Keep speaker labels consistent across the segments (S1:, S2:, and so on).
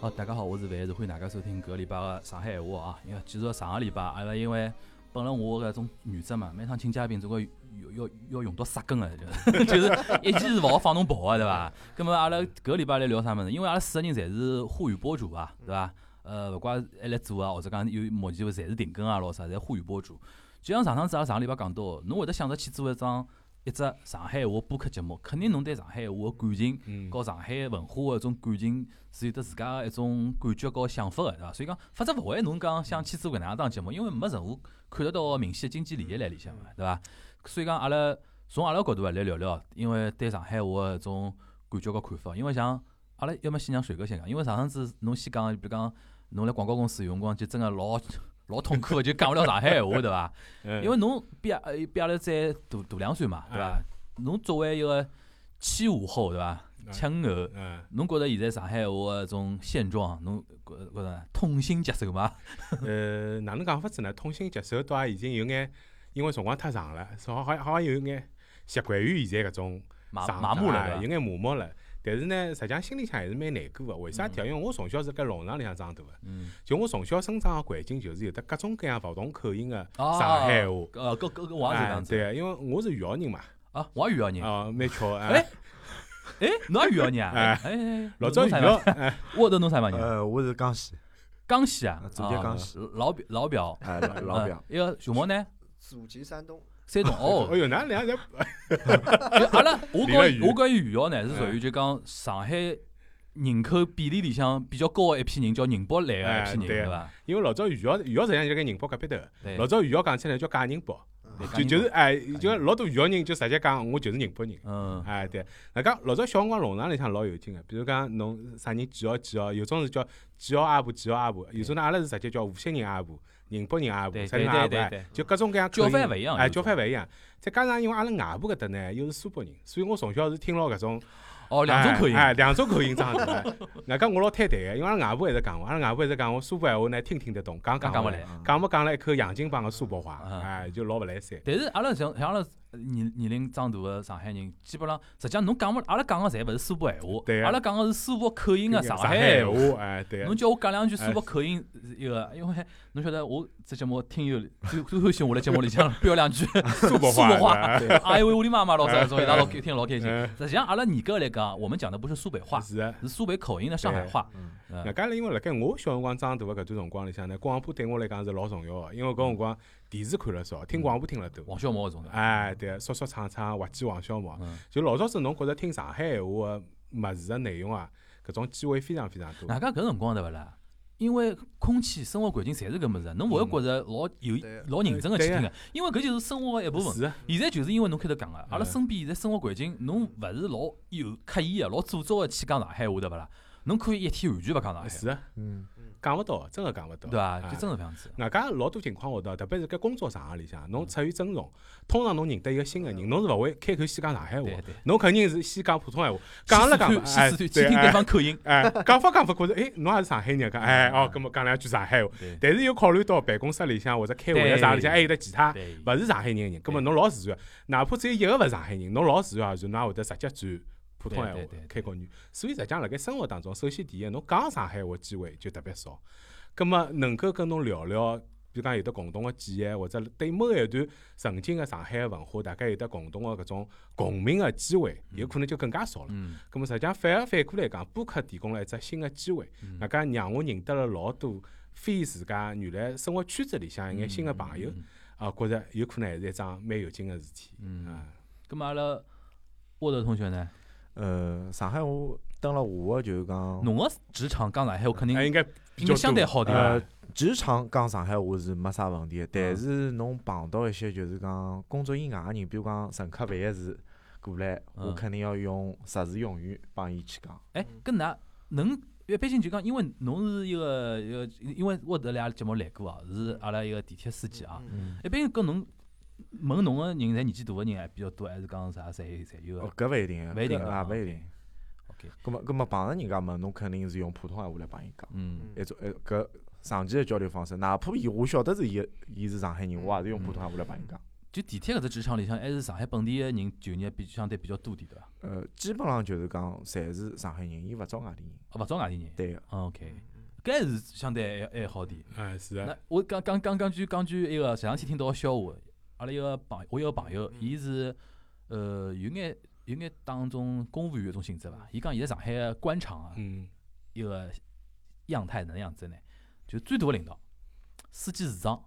S1: 好，哦大家好，我是范，欢迎大家收听搿个礼拜个上海闲话啊。因为继续上个礼拜，阿拉因为本来我搿种原则嘛，每趟请嘉宾总归要要要用到杀根个，就是就是一记是勿好放侬跑啊个，对伐？葛末阿拉搿个礼拜来聊啥物事？因为阿拉四个人侪是沪语博主啊，对伐？呃，勿怪还来做啊，或者讲有目前侪是停更啊，咾啥，侪沪语博主。就像上趟子阿拉上个礼拜讲到，侬会得想着去做一张一只上海闲话播客节目，肯定侬对上海闲话个感情。
S2: 嗯，
S1: 和上海文化个一种感情是有得自家个一种感觉和想法个，对伐？所以讲，否则勿会侬讲想去做搿能样档节目，因为没任何看得到个明显个经济利益辣里向嘛，对伐？所以讲，阿拉从阿拉角度啊来聊聊，因为对上海话个一种感觉和看法。因为像阿拉要么先讲水哥先讲，因为上趟子侬先讲，比如讲侬辣广告公司有辰光就真个老老痛苦个，就讲勿了上海闲话，对伐？
S2: 嗯
S1: 因为侬比阿呃比阿拉再大大两岁嘛，对伐？侬作为一个七五后，对伐？
S2: 嗯
S1: 七五后。
S2: 嗯，
S1: 侬觉着现在上海话的这种现状，侬觉觉着痛心疾首吗？
S2: 呃，哪能讲法子呢？痛心疾首倒也已经有眼，因为辰光太长了，所以好像好像有眼习惯于现在搿种
S1: 麻
S2: 上
S1: 麻木
S2: 哎
S1: 了，对
S2: 有
S1: 伐
S2: 眼麻木了。但是呢，实际上心里向还是蛮难过个。为啥体？因为我从小是盖农场里向长大个，
S1: 嗯，
S2: 就我从小生长个环境就是有得各种各样勿同口音个
S1: 哦
S2: 上海话。
S1: 呃，搿搿搿我也是
S2: 哎
S1: 这样子
S2: 对个，因为我是余姚人嘛，
S1: 啊，我也余姚人。
S2: 哦，蛮巧个。
S1: 哎 哎，侬也余姚人啊？哎
S2: 哎
S1: 哎，哎
S2: 老早余，姚
S1: 侬，我头侬啥地方人？
S3: 呃，我是江西，
S1: 江西啊
S3: 呃，祖籍江
S1: 啊
S3: 西，
S1: 老表老表，
S3: 哎， 老老表
S1: 嗯，，一个熊猫呢，
S4: 祖籍山东，
S1: 山东哦
S2: 哎。哟，㑚俩侪
S1: 就阿 拉，我
S2: 离了
S1: 跟
S2: 远
S1: 我跟余姚呢是属
S2: 哎
S1: 于就讲上海人口比例里向比较高的一批人，叫宁波来的一批人，
S2: 哎对
S1: 对伐？
S2: 因为老早余姚余姚实际上就跟宁波隔壁头个，
S1: 对
S2: 老早余姚讲起来叫假宁波。
S1: 对
S2: 就就是哎，就老多余姚人就直接讲我就是宁波人。
S1: 嗯，
S2: 哎，对，那讲老早小辰光农场里向老有劲个，比如讲侬啥人几号几号，有种是叫几号阿婆几号阿婆，有种呢阿拉是直接叫无锡人阿婆、宁波人阿婆、
S1: 对
S2: 啥人
S1: 对
S2: 阿
S1: 对
S2: 婆，
S1: 对
S2: 哎
S1: 对，
S2: 就各种各样
S1: 叫
S2: 口音
S1: 法勿一样
S2: 哎，
S1: 有种
S2: 叫法勿一样。再加上因为阿拉外婆搿搭呢又是苏北人，所以我从小是听牢搿种
S1: 哦，两种口音，
S2: 哎，哎两种口音长大的。 外加我老坍台个，因为阿拉外婆一直讲我，阿拉外婆一直讲我苏北闲话呢听听得懂，讲
S1: 讲
S2: 讲
S1: 讲
S2: 勿
S1: 勿
S2: 来，
S1: 来。
S2: 讲勿讲了一口洋泾浜个苏北话
S1: 啊，
S2: 哎，就老勿来三。
S1: 但是阿拉像像阿拉年年龄长大个上海人，基本上实际上侬讲勿，阿拉讲个侪勿是苏北闲话，
S2: 对啊啊
S1: 阿拉讲个是苏北口音个上
S2: 海
S1: 海闲话。
S2: 话，哎，对啊
S1: 侬，叫我讲两句苏北口音，一个，因为侬晓得我这节目听友最最欢喜我来节目里向飙两句苏
S2: 苏北
S1: 苏
S2: 话，
S1: 北话，
S2: 哎
S1: 哎呦喂，我的妈妈老啥种，伊拉老听老开心。
S2: 哎
S1: 实际上阿拉严格来讲，我们讲的不是苏北话，
S2: 是啊。
S1: 是苏北口音的上海
S2: 哎
S1: 话。
S3: 嗯
S2: 外加呢，因为辣盖我小辰光长大个搿段辰光里向呢，广播对我来讲是老重要个，因为搿辰光电视看了少，听广播听了多。
S1: 王小毛搿种的，
S2: 哎，对啊，说说唱唱，滑稽王小毛
S1: 嗯，
S2: 就老早子侬觉着听上海闲话个物事个内容啊，搿种机会非常非常多。
S1: 外加搿辰光对勿啦？因为空气、生活环境侪是搿么子，啊侬勿会觉着老有
S4: 对
S1: 老认真个去
S2: 嗯对
S1: 听
S2: 啊
S1: 个，因为搿就是生活个一部分。
S2: 是啊，嗯
S1: 现在就是因为侬开头讲个，啊阿拉身边现在生活环境，侬勿是老有刻意啊个、老做作个去讲上海话，对勿啦？侬可以一天完全勿讲上海，
S2: 是啊，
S3: 嗯，
S2: 讲勿到，真个讲勿到，
S1: 哎对伐？就
S2: 哎
S1: 真是搿样子。
S2: 外加老多情况下头，特别是搿工作场合里向，侬出于尊重，通常侬认得一个新个人，侬是勿会开口先讲上海话
S1: 对，对，
S2: 侬肯定是先讲普通闲话，哎讲了讲，
S1: 先
S2: 哎，
S1: 试探
S2: 对，
S1: 先听对
S2: 哎
S1: 方口 音。
S2: 哎，讲法讲法，觉着哎，侬也是上海人，讲哎哦，搿么讲两句上海话
S1: 对，
S2: 但是又考虑到办公室里向或者开会
S1: 对
S2: 啊啥里向，还有得其他
S1: 对
S2: 勿是上海人的人，搿么侬老自然，哪怕只有一个勿是上海人，侬老自然而然，侬也会得直接转普通闲
S1: 对
S2: 话
S1: 对对
S2: 开口语。所以实际上辣盖生活当中，首先第一，侬讲上海话机会就特别少，搿么啊能够跟侬聊聊。比如讲有得共同个记忆，或者对某一段曾经个上海个文化，大家有得共同个搿种共鸣个机会，有可能就更加少了。
S1: 嗯，
S2: 咁啊么实际上反而反过来讲，播客提供了一只新个机会，
S1: 嗯
S2: 外加让我认得了老多非自家原来生活圈子里向一眼新个朋友
S1: 嗯，
S2: 啊，觉着有可能还是一桩蛮有劲个事体。
S1: 嗯
S2: 啊，
S1: 咁么阿拉沃德同学呢？嗯
S3: 呃，上海话登了我的就是
S2: 哦
S3: 讲
S1: 侬个职场讲上海话肯定
S2: 啊应该比
S1: 应
S2: 较
S1: 该相对好点
S3: 呃
S1: 吧？
S3: 职场讲上海话是没啥问题的，
S1: 嗯
S3: 但是侬碰到一些就是讲工作以外的人，比如讲乘客饭个事过来，我
S1: 嗯
S3: 肯定要用实时用语帮伊去讲。
S1: 哎，跟㑚能一般性就讲，因为侬是一个一个，因为沃德来阿拉节目来过啊，是阿拉一个地铁司机啊。
S3: 嗯，
S1: 一般性跟侬问侬个人，侪年纪大个人还比较多，还是讲啥侪侪有
S3: 哦
S1: 个？，
S3: 搿勿一定的，
S1: 勿一定
S3: 搿
S1: 的
S3: 啊，
S1: 啊
S3: 勿一定。
S1: OK
S3: 葛末葛末碰着人家嘛，侬肯定是用普通话来帮伊讲。
S1: 嗯，
S3: 一种一呃搿长期的交流方式，哪怕伊我晓得是伊伊是上海人，我也是用普通话来帮伊讲。
S1: 就地铁搿只职场里向，还是上海本地个人就业比相对比较多点对伐？
S3: 呃，基本上就是讲，侪是上海人，伊勿招外地人。
S1: 啊，勿招外地人。
S3: 对个，
S1: 啊 OK，搿还
S3: 嗯
S1: 是相对还还好点。
S2: 哎，是
S1: 那
S2: 啊，
S1: 我刚刚刚刚句讲句一个前两天听到个笑话，阿拉一个朋我一个朋友，伊是呃有眼有眼当中公务员一种性质伐？伊讲现在上海个官场啊，
S2: 嗯，
S1: 一个样态哪能样子呢？就最大个领导、书记、市长，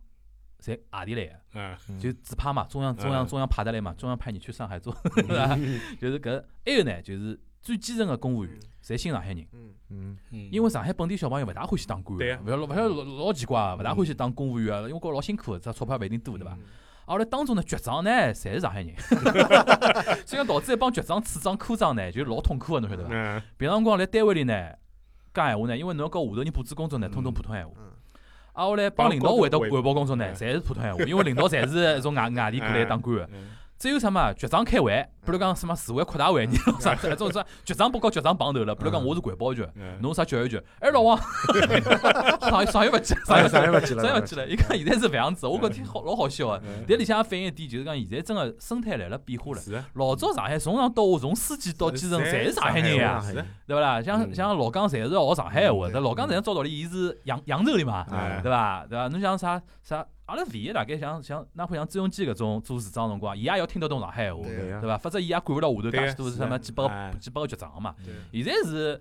S1: 侪外地来个。
S2: 哎，
S1: 就指派嘛，中央中央
S2: 嗯
S1: 中央派得来嘛，中央派你去上海做，是吧？就是搿还有呢，就是最基层的公务员，侪新上海人，
S4: 嗯，
S3: 嗯，
S2: 嗯
S1: 因为上海本地小朋友勿大欢喜当官
S2: 对嗯啊
S1: 的，勿要老勿要老老奇怪啊，勿大欢喜当公务员啊，因为觉着老辛苦，这钞票勿一定多，对
S2: 嗯
S1: 伐？而来当中呢，局长呢，侪是上 海人，所以讲导致一帮局长、处长、科长呢，就老痛苦的，侬晓得伐？
S2: 嗯，
S1: 平常辰光来单位里呢，讲闲话呢，因为侬要搞下头人布置工作呢，通通普通闲话。
S4: 嗯
S1: 啊，后来帮领导汇到汇报工作呢，
S2: 嗯
S1: 侪是普通闲话，因为领导侪是从外外地过来当官的。
S2: 嗯
S1: 只有什么局长开会，比如讲什么市委扩大会，你弄啥这种啥局长不搞局长碰头了，比如讲我是环保局，
S2: 嗯，
S1: 侬啥教育局，哎老王，上上一勿去，上一勿
S3: 上
S1: 去，
S3: 海勿去了，
S1: 上一
S3: 上
S1: 勿去了，伊讲现在是搿样子，我觉得挺好老好笑啊。
S2: 嗯
S1: 但里向也反映一点，就是讲现在真个生态来了变化了。
S2: 是啊，
S1: 老早上海从上到下，从书记到基层，侪是上海人呀
S3: 上，海
S2: 是啊
S3: 人
S1: 对勿啦？像
S2: 嗯
S1: 像老江侪是学上海话，
S4: 嗯
S1: 但老江人照道理伊是扬扬州的嘛，
S2: 哎
S1: 对伐？对伐？侬想啥啥？阿拉肥爷大概像像哪怕像朱镕基搿种做市长的辰光，伊也要听得懂上海话，
S4: 对
S3: 对
S1: 对伐？
S3: 呀，
S1: 否则伊也管勿到下头
S2: 对
S1: 介
S2: 呀
S1: 许多
S2: 是
S1: 什么
S2: 啊
S1: 几百
S2: 哎
S1: 个几百个局长嘛。
S4: 对，
S1: 现在是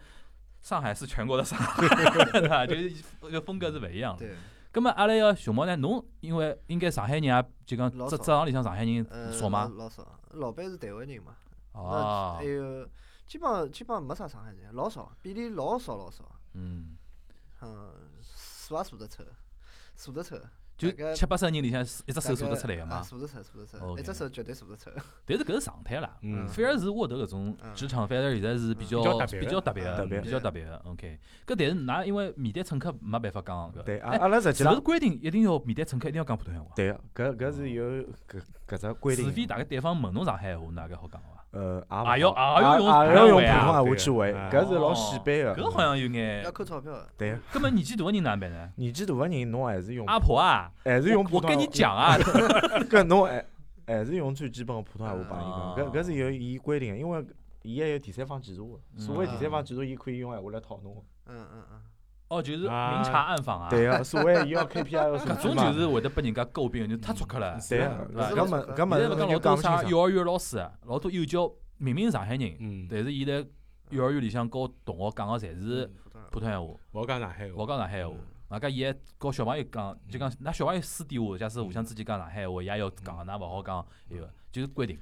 S1: 上海是全国的上海，对伐？就是就风格是勿一样的。
S4: 对，
S1: 葛末阿拉个熊猫呢，侬因为应该上海人啊也就讲
S4: 老
S1: 职
S4: 少
S1: 职场里向上海
S4: 呃，
S1: 人少
S4: 老
S1: 嘛？
S4: 老少，老板是台湾人嘛，呃那
S1: 哦
S4: 还，有基本上基本上没啥上海人，老少，比例老少老少，
S1: 嗯，
S4: 哎嗯，数也数得出，数得出，
S1: 就
S4: 大概
S1: 七八十人里向一只
S4: 大
S1: 手数得
S4: 概
S1: 出来个
S4: 啊
S1: 嘛。
S4: 数得出，数得出，
S1: OK
S4: 一只手绝对数得出，
S1: 但是搿是常态啦，
S2: 嗯，
S1: 反而是沃德搿种
S4: 嗯
S1: 职场，反而现在是比较
S2: 比较特别
S1: 比较特别
S4: 嗯
S1: 的，
S3: 特别
S1: 比较特别的。OK，搿但是㑚因为面对乘客没办法讲搿，
S3: 对，阿啊
S1: 哎
S3: 阿拉实际
S1: 是勿是
S3: 上
S1: 规定一定要面对乘客一定要讲普通闲话？
S3: 对个，搿搿是有搿搿只规
S1: 除非
S3: 定的，
S1: 大概对方问侬上海闲话，哪个好讲啊话？
S3: 呃，
S1: 也
S3: 也
S1: 要
S3: 勿
S1: 也要用
S3: 好也要
S1: 普通
S3: 用普
S1: 话呀
S3: 通话去回，
S2: 对呀
S3: 搿是老显摆
S1: 哦
S3: 个。
S1: 搿好像有眼
S4: 要，扣钞票的，
S3: 对呀，啊
S1: 搿么年纪大个人哪能办呢？
S3: 年纪大个人侬还是用
S1: 阿婆啊，
S3: 还是用
S1: 我
S3: 普通
S1: 跟
S3: 话
S1: 你，讲啊，
S3: 搿侬还还是用最基本个普通话帮
S1: 啊
S3: 伊讲，搿搿是有伊规定的，因为伊还有第三方检查个，
S1: 嗯
S3: 所谓第三方检查，伊可以用闲话来讨侬。
S4: 嗯嗯嗯，
S1: 哦，就是明察暗访啊，
S3: 对个，所谓伊要 KPI 要什 么
S1: 搿种
S3: 嘛
S1: 就是会得被人家诟病，就太出格了。
S3: 对
S2: 啊
S3: 个，
S1: 对吧
S3: 搿么搿么
S1: 现在勿
S3: 侬
S1: 讲
S3: 就
S1: 老
S3: 讲
S1: 多
S3: 勿清
S1: 啥
S3: 爽。
S1: 幼儿园老师，老多幼教明明是上海人，
S2: 嗯，
S1: 但是伊在幼儿园里向教同学讲个侪
S3: 嗯
S1: 是
S4: 普通话
S1: 普通闲话。
S2: 勿讲上海话，
S1: 勿讲上海闲话
S4: 嗯，
S1: 外加伊还教小朋友讲，就
S3: 嗯
S1: 讲㑚小朋友私底下，假使互相之间讲上海闲话，伊也要讲，㑚勿好讲一个，就是规定。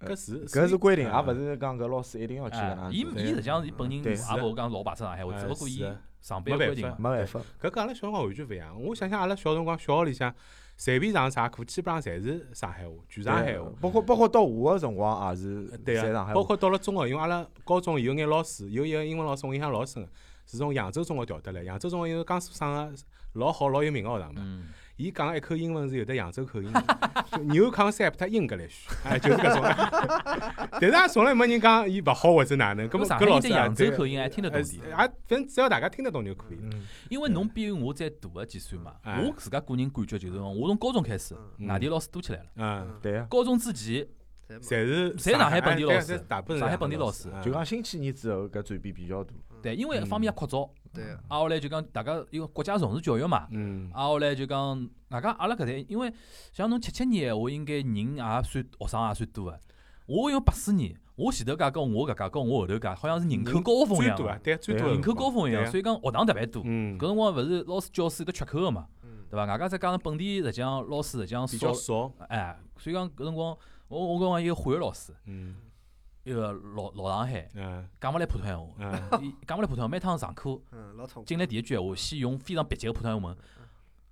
S2: 搿是啊
S3: 搿是规定，也勿
S2: 是
S3: 是讲搿老师一定要去搿
S1: 哎
S3: 能
S1: 伊
S3: 样子，
S1: 伊实际上伊本人也
S3: 对啊
S2: 是的
S1: 勿讲老排斥上海话，
S2: 哎
S1: 只不过伊
S2: 是的
S1: 上班有规定嘛。
S3: 没办法。
S2: 搿跟阿拉小辰光完全勿一样。我想想，阿拉小辰光小学里向随便上啥课，基本上侪是上海话，全上海话
S3: 对。啊包括包括到我个辰光也是
S2: 对
S3: 侪上
S2: 啊
S3: 海，
S2: 包
S3: 话。
S2: 括到了中学，因为阿拉高中有眼老师，有一个英文老师我印象老深个，是从扬州中学调得来。扬州中学因为江苏省个老好老有名个学堂嘛，
S1: 嗯，
S2: 伊讲一口英文是有得扬州口 音的就，New concept English，哎，就是搿种。 但是也从来没人讲伊勿好或者哪能，搿
S1: 搿
S2: 么
S1: 么上
S2: 搿
S1: 海
S2: 老
S1: 人
S2: 师
S1: 对
S2: 也
S1: 扬州
S2: 对
S1: 口音还听得懂
S2: 哎
S1: 点，
S2: 也反正只要大家听得懂就可以了。
S3: 嗯，
S1: 因为侬比我再大个几岁嘛。
S2: 哎
S1: 我自家个人感觉就是，我从高中开始，
S4: 嗯
S1: 外地老师多起来了。
S2: 嗯。
S4: 嗯，
S3: 对啊呀，
S1: 高中之前，
S4: 侪
S2: 侪是
S1: 侪上海本地
S2: 哎对
S1: 老
S2: 啊
S1: 师
S2: 侪大部分
S1: 上海
S2: 是
S1: 本地老师
S2: 嗯
S3: 就讲新几年之后搿转变比较大。
S1: 对，因为一
S2: 嗯
S1: 方面也扩招，
S4: 对，
S1: 啊后来就讲大家因为国家重视教育嘛，
S2: 嗯
S1: 啊，后来就讲，外加阿拉搿代，因为像侬七七年闲话，应该人也算学生也算多个。我因为八四年，我前头届跟我搿届跟我后头届，好像是人口高峰一
S2: 最
S1: 样
S2: 多啊
S1: 啊，，
S2: 对最多
S3: 对啊
S2: 的
S1: 人口高峰一样，
S2: 对啊
S1: 所以讲学堂特别多。
S2: 嗯
S1: 搿辰光勿是老师教师有得缺口个嘛，
S4: 嗯，
S1: 对伐？外加再加上本地实际上老师实际上
S2: 比较
S1: 少，
S2: 少
S1: 哎，所以讲搿辰光，我我搿辰光一个化学老师，
S2: 嗯
S1: 一个老老上海，
S2: 嗯
S1: 讲勿来普通闲话，
S2: 嗯
S1: 伊讲勿来普通，话，每趟上课
S4: 嗯，老痛苦，
S1: 进来第一句闲话，先用非常蹩脚的普通话问：
S2: 嗯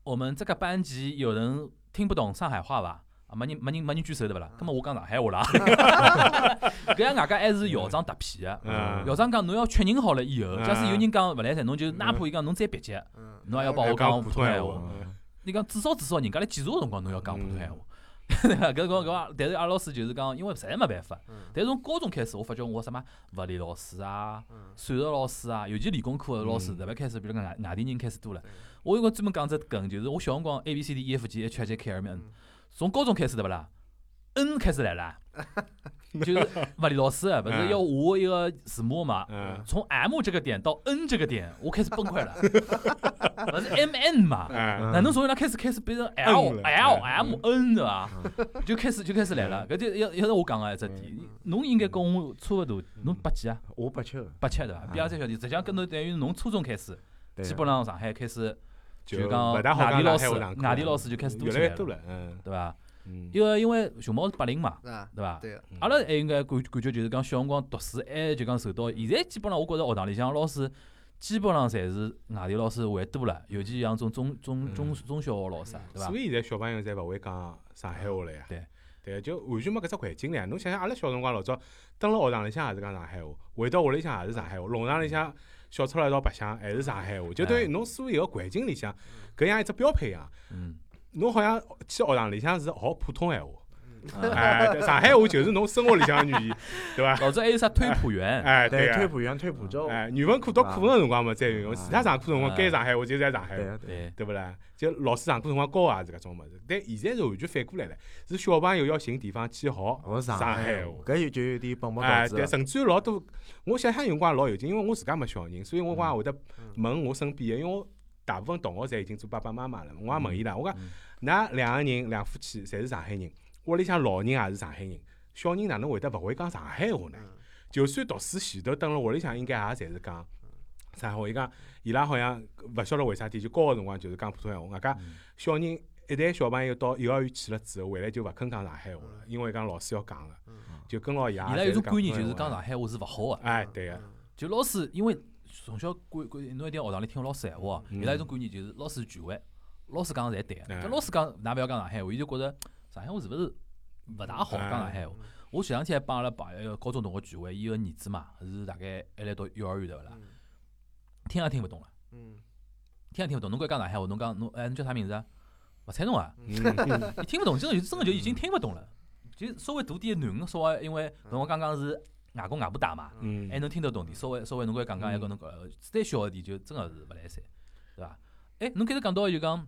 S1: 我们这个班级有人听不懂上海话吧？啊，没人没人没人举手对不啦？
S2: 嗯
S1: 那么我讲上海话 啦。搿样外加还是校长特批的。
S2: 嗯，
S1: 校长讲侬要确认好了以后，
S2: 嗯
S1: 假使有人讲勿来塞，侬就哪怕伊讲侬再蹩脚，
S4: 嗯，
S1: 侬也要帮我讲普通闲
S2: 话
S1: 话。，你讲至少至少人家来检查个辰光，侬要讲普
S4: 嗯
S1: 通闲话。 搿辰光搿光，但是阿拉老师就是讲，因为实在没办法。
S4: 嗯，
S1: 但是从高中开始，我发觉我什么物理老师啊，
S4: 嗯，
S1: 数学老师啊，尤其理工科的老师，
S2: 嗯
S1: 特别开始，比如讲外外地人开始多了
S4: 对。
S1: 我有个专门讲只梗，就是我小辰光 A B C D E F G H I J K L M N，
S4: 嗯
S1: 从高中开始对勿啦？ N 开始 来了，就是物理老师啊
S4: 嗯
S1: 不是要画一个字母嘛？
S2: 嗯
S1: 从 M 这个点到 N 这个点，我开始 崩溃了，不是 M N 嘛？
S2: 哎，
S1: 哪能从伊拉开始开始变成
S2: N
S1: L
S2: 了
S1: L
S2: 哎嗯
S1: M N 对伐？啊就开始就开始来了，搿就要要是我讲个一只点，侬应该跟我差勿多，侬八几
S2: 嗯
S1: 啊？
S3: 我不吃的，
S1: 八七对伐？比阿三小弟，实际上跟侬等于侬初中开始，
S3: 对
S2: 啊
S3: 啊
S1: 基本上上海开始
S2: 就
S1: 讲
S2: 勿大好
S1: 外
S2: 讲
S1: 地老
S2: 上海话
S1: 师
S2: 上，课
S1: 外地老师就开始多
S2: 越
S1: 起
S2: 来越
S1: 来了
S2: 多，了，嗯
S1: 对伐？
S2: 嗯，
S1: 因为因为熊猫是八零嘛，
S4: 是吧？
S1: 对伐？
S4: 对个，
S2: 嗯
S1: 阿拉还应该感感觉就是讲小辰光读书，还就讲受到现在基本上我觉着学堂里向老师基本上侪是外地老师为多了，尤其像种中中
S2: 嗯
S1: 中中小学老师啊，对伐
S2: 所？以现在小朋友侪勿会讲上海话了呀。
S1: 对。嗯
S2: 对，就完全没搿只环境了呀。侬想想，阿拉小辰光老早蹲辣学堂里向也是讲上海话，回到屋里向也是上海话，弄堂里向小吵了一道白相还是上海话，就等于侬所有个环境里向搿样一只标配一样。
S1: 嗯，
S2: 侬好像去学堂里向是学普通闲话，
S1: 啊
S2: 哎，对上海话就是侬生活里向的语言，对伐？
S1: 老早还有啥推普 员，
S2: 哎，
S3: 对，
S2: 啊
S3: 推补员推补教，
S2: 哎，语文课读课文个辰光嘛，再用；其他上课辰光
S1: 啊
S2: 该上海话就在上海
S3: 对
S2: 话，
S3: 啊对啊，
S1: 对，
S2: 哎对勿啦？就老师上课辰光教也是搿种物事，但现在是完全反过来了，是小朋友要寻地方去学
S3: 我上
S2: 海
S3: 话，搿就就有点本末
S2: 哎，
S3: 倒置
S2: 对，
S3: 了。
S2: 甚至于老多，我想想有辰光老有劲，因为我自家没小人，所以我光会得问我身边的，因为我大部分同学侪已经做爸爸妈妈了，我也问伊拉，我讲
S1: 嗯，
S2: 㑚两个人两夫妻侪是上海人，屋里向老人也是上海人，小人哪能会得勿会讲上海话呢？
S4: 嗯
S2: 就算读书前头蹲辣屋里向，应该也侪是讲上海话。伊讲伊拉好像勿晓得为啥体，就高个辰光就是讲普通闲话。外加
S1: 嗯
S2: 小人一旦小朋友到幼儿园去了之后，回来就勿肯讲上海话了，因为讲老师要讲个，就跟牢伊拉。
S1: 伊拉有种观念就是讲上。海话是勿好个，
S2: 哎，对
S4: 嗯
S2: 个，
S1: 就老师因为从小观观侬一定要学堂里听老师闲话，
S2: 嗯
S1: 伊拉有种观念就是老师权威，老师讲的侪对个，
S2: 哎
S1: 搿老师讲㑚勿要讲上海话，伊就觉着上海话是勿是勿大好讲
S2: 哎
S1: 上海话。我前两天还帮阿拉朋友一个高中同学聚会，伊个儿子嘛是大概还来读幼儿园对勿啦，
S4: 嗯
S1: 听也听勿懂了，
S4: 嗯
S1: 听也听勿懂。侬搿讲上海话，侬讲侬哎侬叫啥名字啊？勿睬侬啊！
S2: 嗯，
S1: 伊听勿懂，真的就真的就已经听勿懂了。就稍微大点的囡儿，稍微因为侬刚刚是外公外婆带嘛，
S2: 嗯
S1: 还能听得懂点，稍微稍微侬搿讲讲还跟侬讲，再小一点就真个是勿来三，对伐？哎，侬开头讲到就讲，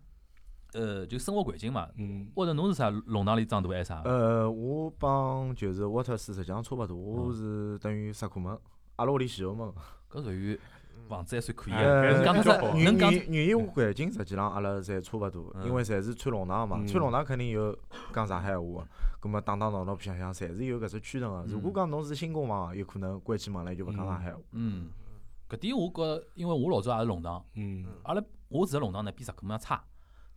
S1: 呃，就生活环境 嘛，
S2: 嗯
S1: 或者侬是啥弄堂里长大还是啥？
S3: 呃，我帮就是沃特斯实际上差勿多，我是等于石库门，阿拉屋里前后门。
S1: 搿属于房子还算
S2: 哎
S1: 可以啊，
S3: 呃，
S1: 讲
S2: 比
S1: 出
S2: 较
S1: 啥
S2: 好
S1: 能讲出
S3: 语语言环境实际上阿拉侪差勿多，
S1: 嗯
S3: 因为侪是穿弄堂嘛
S2: 嗯，
S3: 穿弄堂肯定有讲上海话的，葛末打打闹闹白相相，侪是有搿只驱动个。如果讲侬是新公房，啊有可能关起门来就勿讲上海话。
S1: 嗯，搿点我觉着，因为我老早也是弄堂，
S2: 嗯，
S1: 阿拉我住个弄堂呢比石库门差，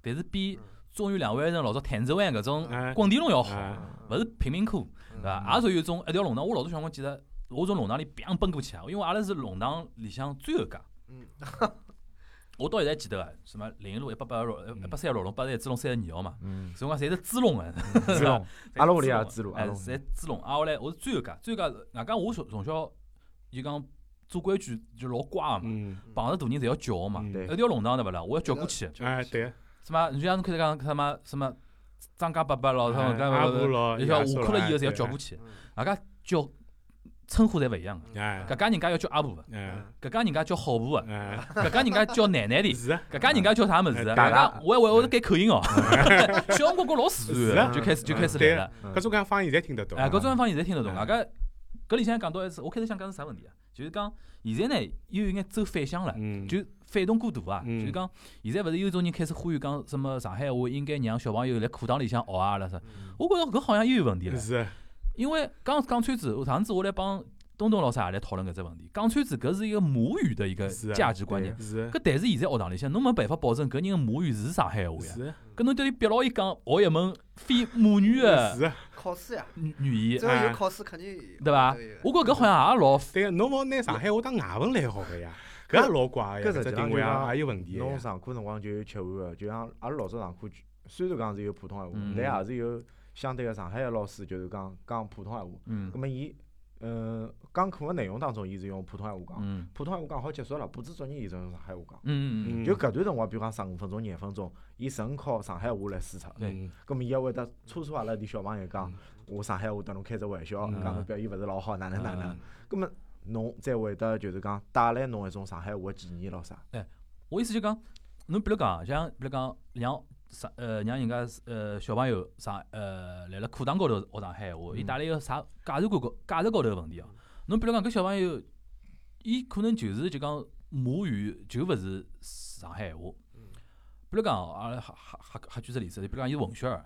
S1: 但是比中原两万人老早潭子湾搿
S2: 哎
S1: 种滚地龙要好，
S2: 啊
S4: 嗯
S1: 勿是贫民窟，对伐？也属于一种一条弄堂。我老早小辰光记得，我从弄堂里砰奔过去啊，因为阿拉是弄堂里向最后一家。
S4: 嗯
S1: 我到现在记得个，什么林荫路一八八六、一八三六弄，八十一支龙三十二号嘛，
S3: 嗯，
S1: 所以讲侪是支龙个，
S3: 支
S2: 啊
S3: 龙，阿拉屋里也支龙，阿
S1: 哎，
S3: 拉屋
S1: 侪
S3: 里嗯
S1: 支龙。啊，后来我是最后一家，最后一家，外加我从从小就讲做规矩就老乖个嘛，
S2: 嗯，
S1: 碰着大人侪要叫个嘛。
S2: 嗯
S3: 对
S1: 一条弄堂对勿啦？我要叫过去，
S2: 哎，对，
S1: 什么？你像侬开始讲什么什么张家伯伯咯，什么
S2: 哎阿婆
S1: 搿
S2: 咯
S1: 你像
S2: 爷
S1: 下
S2: 叔
S1: 课了
S2: 咯
S1: 以后侪要
S2: 哎
S1: 叫
S2: 对
S1: 过去，
S4: 嗯
S1: 外加叫称呼侪勿一样
S2: 哎
S1: 个。搿家人家要叫阿婆
S4: 嗯
S2: 哎
S1: 个，搿家人家叫好婆
S2: 哎，
S1: 个，搿家人家叫奶奶的。
S2: 是啊，
S1: 搿家人家叫啥物事？
S2: 哎
S1: 搿
S3: 大
S1: 家
S3: 家
S1: 我还我还改口音哦， 小辰光觉得老自然
S2: 是啊
S1: 的，就开始就开始
S2: 对
S1: 来了。
S2: 各
S3: 嗯
S2: 种各样方言侪听得懂。啊
S1: 哎，搿种方现在听得懂。
S2: 哎
S1: 外加搿里向讲到一次，我开始想讲是啥问题啊？就是讲现在呢，又有眼走反向了，
S2: 嗯，
S1: 就反动过度啊。
S2: 嗯
S1: 就是讲现在勿是有种人开始呼吁讲什么上海话应该让小朋友辣课堂里向学啊了啥？
S2: 嗯
S1: 我觉着搿好像又有问题了。
S2: 是啊，
S1: 因为讲讲穿子，上次我来帮东东老师也来讨论搿只问题。讲穿子搿是一个母语的一个
S2: 是啊
S1: 价值观念。
S2: 是啊，
S1: 搿但是现在学堂里向，侬没办法保证搿人个母语是上海话呀。
S2: 是啊，
S1: 搿侬叫伊逼牢伊讲学一门非母语个
S2: 是啊，
S4: 考试呀，
S1: 语语言
S4: 只，要有考试，肯定有
S1: 啊对啊哦伐
S4: 都有？
S1: 我觉着搿好像也老
S2: 对啊个，侬勿拿上海话当外文来学个呀，搿也老怪个呀，
S3: 搿实
S2: 只
S3: 际上
S2: 定
S3: 就
S2: 位啊
S3: 讲
S2: 也有问题个
S3: 侬
S2: 呀。
S3: 上课辰光就有切换个，就像阿拉老早上课，虽然讲是有普通
S1: 嗯
S3: 闲话，但也是有相对个上海个老师，就是讲讲普通闲话。
S1: 嗯
S3: 葛末伊，呃，讲课个内容当中，伊是用普通闲话讲，
S1: 嗯
S3: 普通闲话讲好结束了，布置作业伊是用上海话讲。
S1: 嗯嗯
S2: 嗯
S3: 就搿段辰光，比如讲十五分钟、廿分钟，伊纯靠上海话来输出。
S1: 对
S2: 嗯
S3: 葛末伊也会得搓搓阿拉点小朋友讲
S2: 嗯，
S3: 我上海话对侬开只玩笑，
S2: 嗯
S3: 讲侬表现勿是老好，哪能哪能
S1: 嗯。
S3: 葛末侬再会得就是讲带来侬一种上海话个建议咯啥。
S1: 我意思就讲，侬比如讲，像比如讲，像上呃让人家呃小朋友上呃来了课堂高头学上海闲话，伊
S3: 嗯
S1: 带来一个啥价值观高价值高头个问题哦。侬比如讲搿小朋友，伊可能就是就讲母语就勿是上海闲话。比如讲哦，阿拉还还还还举只例子，比如讲伊是混血儿，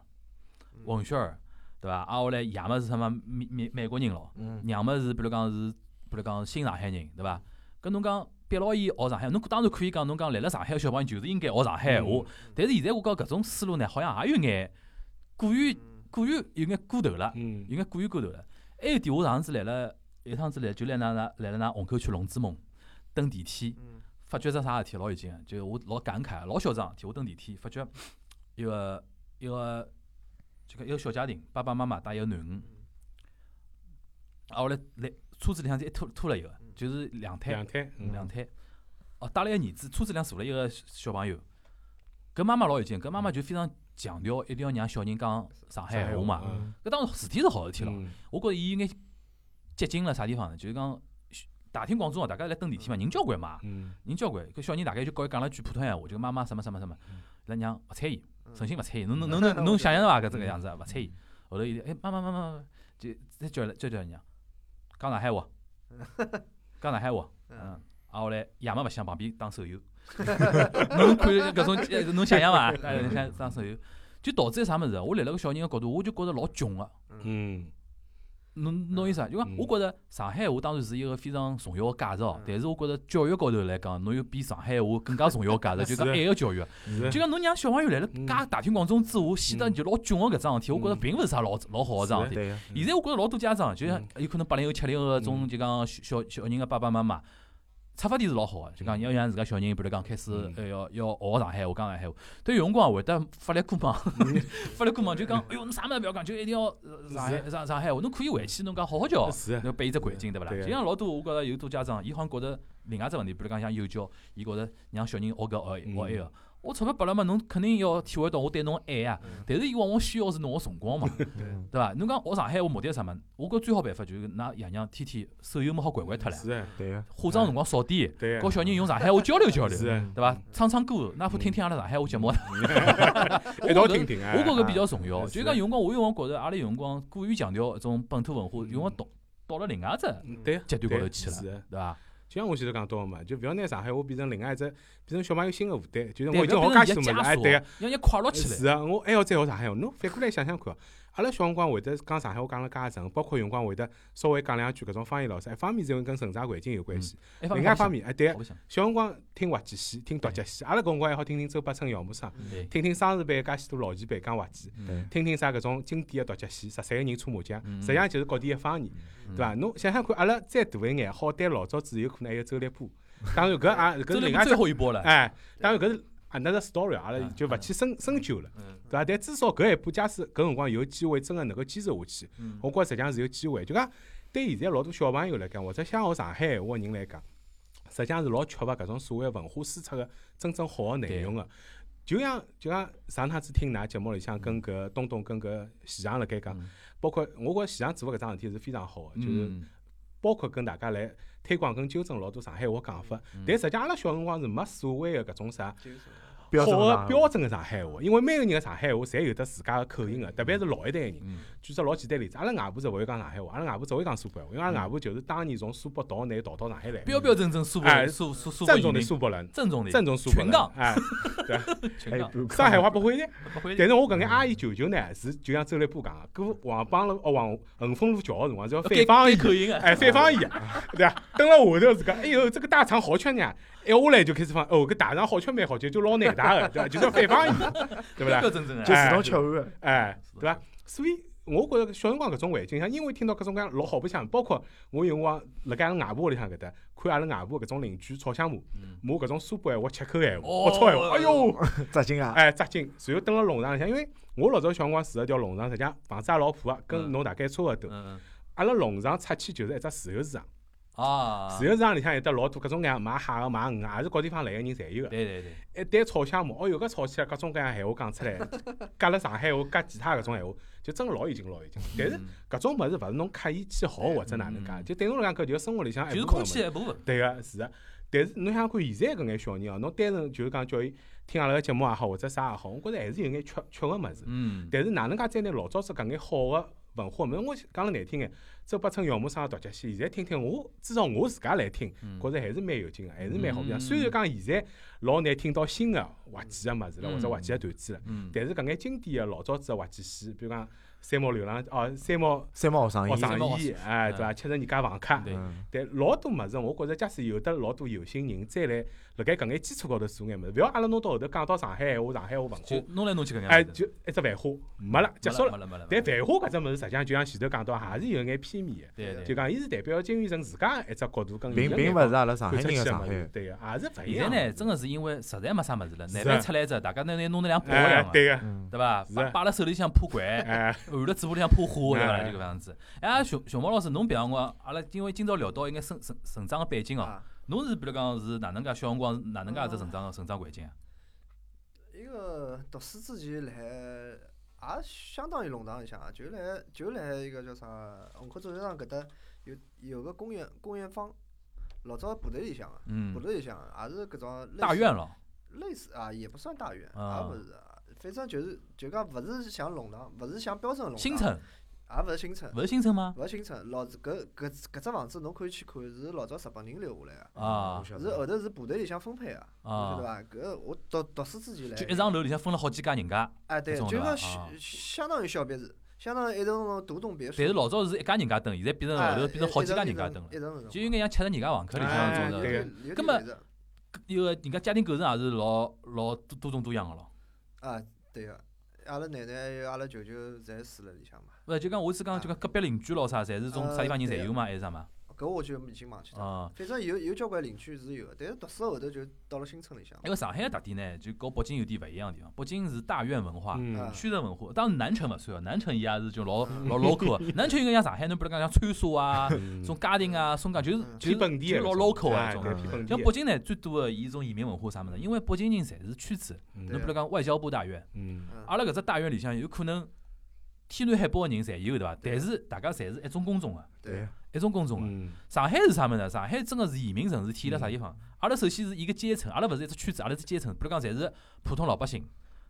S1: 混血儿对伐？挨下来爷么是什么美美美国人咯，
S3: 嗯，
S1: 娘么是比如讲是比如讲新上海人对伐？搿侬讲逼牢伊学上海，侬当然可以讲侬讲来了上海个小朋友就是应该学上海闲话。但是现在我觉搿种思路呢，好像也有眼过于过于有眼过头了，
S2: 嗯
S1: 有眼过于过头了。哎还有一点，我上次来了，一趟子来就来那那来了那虹口区龙之梦，等电梯，
S4: 嗯
S1: 发觉只啥事体老有劲，就是我老感慨，啊老小桩事体，我等电梯发觉一个一个就讲一个小家庭，爸爸妈妈带一个囡恩，啊，我来来车子里向再拖拖了一个，就是两胎
S2: 两胎，嗯
S1: 两胎，哦，带了一个儿子，车子里向坐了一个小小朋友。搿妈妈老有劲，搿妈妈就非常强调一定要让小人讲上海闲话嘛。
S2: 嗯
S1: 搿当然是体是好事体了，
S2: 嗯
S1: 我觉着伊有眼接近了啥地方呢？就是讲大庭广众哦，大家来等电梯嘛，人交关嘛，
S2: 嗯
S1: 人交关。搿小人大概就告伊讲了句普通闲话，就妈妈什么什么什么，伊拉娘勿睬伊，存心勿睬伊。侬侬侬侬侬想象伐？搿这个样子勿睬伊。后头伊哎妈妈妈妈，就再叫伊再叫伊娘，讲上海话，讲上海话。嗯，啊，后来爷妈勿想旁边打手游， 侬看搿种呃侬想想伐？哎侬想打手游，就导致啥物事啊？我辣辣个小人个角度，我就觉着老囧啊个。
S2: 嗯
S1: 侬侬意思啊？就讲
S2: 嗯
S1: 我觉着上海话当然是一个非常重要个价值哦
S4: 嗯，
S1: 但是我觉着教育高头来讲，侬有比上海话更加重要个价值， 就讲
S2: 是
S1: 爱个教育。
S2: 是
S1: 嗯就讲侬让小朋友来了
S2: 嗯
S1: 介大庭广众之下，显得
S2: 嗯
S1: 就老囧个搿桩事体，我觉着
S2: 嗯
S1: 并勿是啥老老好个桩事体。
S3: 对个，
S2: 嗯
S1: 现在我觉着老多家长，就像有可能八零后、七零后搿种
S2: 嗯
S1: 就讲小小小人个爸爸妈妈，出发点是老好个，就讲要让自家小人，比如讲开始
S2: 嗯
S1: 呃要要学上海话、讲上海话，但有辰光会得发来 过网，发来过网就讲，哎哟，侬啥物事勿要讲，就一定要呃上海上上海话，侬可以回去侬讲好好教。
S2: 是
S1: 要拨伊只环境，对勿啦？
S2: 对啊
S1: 就像老多，我觉着有多家长，伊好像觉着另外只问题，比如讲像幼教，伊觉着让小人学搿
S2: 嗯
S1: 学学埃个，我钞票拨了嘛，侬肯定要体会到我对侬爱啊。
S2: 嗯
S1: 但是伊往往需要是侬个辰光 嘛，
S3: 嗯
S1: 对伐？侬讲学上海话目的是啥嘛？我觉最好办法就是㑚爷娘天天手游么好掼掼脱
S2: 是
S1: 唻，
S2: 的，
S3: 对个，
S1: 化妆辰光少点，
S2: 对啊
S1: 和小人用上海话交流交流，
S2: 是啊嗯
S1: 对
S2: 的，
S1: 伐？唱唱歌，哪怕听听阿拉上海话节目，
S2: 一道听听啊
S1: 我觉得搿比较重 要。
S2: 啊
S1: 就是是讲有辰光，我有辰光觉着阿拉有辰光过于强调一种本土文化，有辰光到到了另外一只
S2: 嗯对
S1: 极端高头
S2: 嗯对
S1: 去了，
S2: 是
S1: 对
S2: 的
S1: 伐？
S2: 就像我前头讲到个嘛，就勿要拿上海话变成另外一只，变成小朋友新个负担。就是
S1: 对，
S2: 我已经
S1: 勿
S2: 学
S1: 要
S2: 介许
S1: 变
S2: 多
S1: 成一只枷
S2: 物事了，哎，
S1: 锁，
S2: 对个，
S1: 让人快乐起来。
S2: 是啊，我还要再学上海话。侬反过来想想看哦，阿拉小辰光会得讲上海话讲了介沉，包括有辰光会得稍微讲两句搿种方言老师。一方面是因为跟成长环境有关系，
S1: 一
S2: 另外一
S1: 好
S2: 方面，哎，对
S1: 想，
S2: 个，
S1: 好想，
S2: 小辰光听滑稽戏，听独角戏，阿拉搿辰光还好听听周柏春、姚木生，
S1: 对，
S2: 听听双人版介许多老前辈讲滑稽，
S1: 嗯
S2: 听听啥搿种经典个独角戏，十三个人搓麻将，
S1: 嗯
S2: 实际上就是各地个方言，对伐？侬想想看，阿拉再大一眼，好歹老早子有可能还有周立波。当然，搿也搿
S1: 这
S2: 是
S1: 里
S2: 另外一只
S1: 最后一波了。
S2: 哎，当然搿是 another story，阿拉
S1: 嗯
S2: 就勿去深深究了，
S1: 嗯
S2: 对伐？但至少搿一步，假使搿辰光有机会，真个能够坚持下去，
S1: 嗯
S2: 我觉着实际上是有机会。就讲对现在老多小朋友来讲，或者想学上海闲话个人来讲，实际上是老缺乏搿种所谓文化输出个真正好个内容个。就像就像上趟子听㑚节目里向跟搿东东跟搿徐翔辣盖讲
S1: 嗯，
S2: 包括我觉着徐翔做搿桩事体是非常好个，就是
S1: 嗯
S2: 包括跟大家来推广跟纠正老多上海话讲法。
S1: 嗯
S2: 但实际上阿拉小辰光是没所谓个搿种啥
S3: 标准
S2: 好啊
S1: 啊
S3: 上
S2: 个标准个上海话，因为每个人个上海话侪有得自家个口音个，特别是老一代个人。
S1: 嗯
S2: 举只老简单例子，阿拉外婆是勿会讲上海话，阿拉外婆只会讲苏北话，因为阿拉外婆就是当年从苏北逃难逃到上海来，
S1: 标标准准苏北
S2: 哎
S1: 苏苏苏
S2: 正宗
S1: 的
S2: 的苏北人，
S1: 正宗的
S2: 正宗苏北
S1: 全
S2: 人
S1: 港，
S2: 哎，
S1: 全
S3: 哎
S1: 港，
S2: 上海话 不会的。
S1: 不会
S2: 但是我搿眼阿姨舅舅呢，是就像周立波讲个，跟黄浜路哦黄横丰路桥个辰光是要
S1: 要
S2: 反
S1: 改
S2: 方
S1: 改
S2: 言。
S1: 口音啊，
S2: 哎，反方言，对伐？蹲辣下头自家，哎哟，这个大肠好吃呢！一下来就开始放，哦，搿大肠好吃蛮好吃，就老难打个，对伐？就是要反方言，对勿
S1: 标
S2: 啦
S1: 标？准准
S3: 就
S1: 的。
S3: 自动吃完个，
S2: 哎，对伐？所以我觉着小辰光搿种环境，像因为听到搿种讲老好白相，包括我有辰光辣盖阿拉外婆屋里向搿搭，看阿拉外婆搿种邻居炒香麻
S1: 嗯，
S2: 骂搿种苏北闲话、吃口闲话、
S1: 哦
S2: 龌龊闲话，哎哟，
S3: 扎劲啊！
S2: 哎扎劲！随后蹲辣弄堂里向，因为我老早小辰光住一条弄堂，实际上房子也老破个，跟
S1: 嗯
S2: 侬大概差勿多。
S1: 嗯
S2: 阿拉弄堂出去就是一只自由市场，
S1: 啊
S2: 自，由市场里向有得老多各种各样卖蟹个、卖鱼个，也是各地方来个人侪有个。
S1: 对对对，
S2: 一旦吵相骂，哦哟，搿吵起来各种各样闲话讲出来，夹了上海话，夹其他搿种闲话，就真老有劲老有劲。但是
S1: 嗯
S2: 搿种物事勿是侬刻意去学或者哪能
S1: 嗯
S2: 介，就对侬来讲搿就是生活里向
S1: 就是
S2: 一部
S1: 空
S2: 分的物
S1: 气
S2: 事。
S1: 的一部分。
S2: 对个，是个。但是侬想想看，现在搿眼小人哦，侬单纯就是讲叫伊听阿拉个节目也好，或者啥也好，我觉着还是有眼缺缺个物事。
S1: 嗯，
S2: 但是哪能介再拿老早子搿眼好个文化物事，我讲了难听眼，周伯春、姚啊慕生读剧戏，现在听听我，至少我自家来听，觉着还是蛮有劲个，还是蛮好听。
S1: 嗯
S2: 虽然讲现在老难听到新个滑稽个物事了，或者
S1: 嗯
S2: 滑稽个段啊子了，
S1: 嗯，
S2: 但是搿眼经典个老早子个滑稽戏，比如讲《三毛流浪》哦，《三毛
S3: 三毛学生
S2: 学
S3: 伊，
S1: 三
S2: 生
S1: 毛嗯
S2: 意》哎，对伐？吃着人家房卡，
S1: 对
S3: 嗯，
S2: 但老多物事，我觉着假使有得老多有心人再来辣盖搿眼基础高头做眼物事，勿要阿拉弄到后头讲到上海闲话、上海话文
S1: 就
S2: 化，
S1: 弄来弄去搿能
S2: 哎，
S1: 样子，
S2: 就一只繁花没了，结束了
S1: 没。了没了没
S2: 但
S1: 了，
S2: 繁花搿只物事，实际上就像前头讲到，还是有眼偏面
S1: 对
S2: 的。
S1: 对
S2: 就讲伊是代表金宇城自家一只角度，跟
S3: 并并勿
S2: 勿
S3: 是阿拉上海人
S2: 个
S3: 个上海
S2: 事
S3: 人，
S2: 对个，也是勿一
S1: 现在
S2: 样的。
S1: 呢，真个是因为实在没啥物事了，
S2: 是
S1: 难免出来一只，大家拿拿弄得两把一
S2: 哎
S1: 样，个，
S2: 对个，
S3: 嗯，
S1: 对伐？
S2: 是
S1: 摆摆辣手里向怕掼，
S2: 哎，
S1: 含了嘴巴里向怕花，对伐？
S2: 哎
S1: 就搿样子。哎，熊熊猫老师，侬别个辰光，阿拉因为今朝聊到一眼成成成长个背景哦，
S4: 啊，
S1: 侬是比如讲是哪能介小辰光是哪能介一只成长个成长环境啊？
S4: 一个读书之前来也相当于弄堂里向啊，就来就来一个叫啥虹口足球场搿搭有有个公园公园坊，老早部队里向啊，部
S1: 嗯，
S4: 队里向啊也是搿种类
S1: 大
S4: 似
S1: 院了，
S4: 类似啊，也不算大院，
S1: 啊
S4: 也勿是啊，反正就是就讲勿是像弄堂，勿是像标准的弄堂，
S1: 新城，
S4: 也勿是新城，
S1: 勿是新城吗？
S4: 勿是新城，老子搿搿搿只房子侬可以去看，是老早日本人留下来个，
S1: 啊
S3: 我晓
S4: 是
S3: 得
S4: 后头是部队里向分配个，侬晓得伐？
S1: 啊，
S4: 搿我读读书之前来，
S1: 就一幢楼里向分了好几家人家，
S4: 哎对，
S1: 这种
S4: 就
S1: 对吧
S4: 讲
S1: 啊
S4: 小相当于小别墅，相当于一栋栋独栋别墅，
S1: 但是老早是一家人家蹲，现在变成后头变成好几家人家蹲
S4: 了，
S1: 了
S4: 哎一，层一层
S1: 就应该像吃着人家房客里向
S2: 哎
S1: 那种
S2: 对个
S1: 的，
S4: 有
S1: 根
S4: 点
S1: 本
S4: 类似
S1: 有个人家家庭构成也是老老多多种多样个咯。
S4: 啊，对个，阿拉奶奶还有阿拉舅舅侪住辣里向嘛，
S1: 勿就讲我是讲就讲隔壁邻居咯啥，侪是
S4: 呃
S1: 从啥地方人侪有嘛，还是啥嘛？
S4: 搿我就已经忘记脱了。
S1: 啊，
S4: 反正有有交关邻居是有的，但是读书后头就到了新村里向
S1: 一。个上海个特点呢，就和北京有点勿一样的地方。北京是大院文化，
S2: 嗯
S4: 啊
S1: 区的文化，当然南城勿算哦，南城伊也是就老
S4: 嗯
S1: 老 local 的。南城应该像上海，侬比如讲像川沙啊，种家庭啊，松江就是
S4: 嗯
S1: 就是
S2: 偏嗯本地
S1: 就是老 local 啊，
S2: 啊，
S1: 这种
S2: 对
S3: 嗯
S2: 偏本地
S1: 像
S2: 的
S1: 北。京呢，最多的伊种移民文化啥物事，因为北京人侪是圈子，
S2: 嗯
S4: 啊
S1: 侬比如讲外交部大院，
S2: 嗯，
S4: 嗯
S1: 阿拉搿只大院里向有可能天南海北个人侪有对伐？但是大家侪是一种工种个，啊
S4: 对，啊
S1: 一种工种啊个。
S2: 嗯
S1: 上海是啥物事？啊上海真个是移民城，是体现辣啥地方？阿拉首先是一个阶层，阿拉勿是一只圈子，阿拉是阶层，比如讲侪是普通老百姓，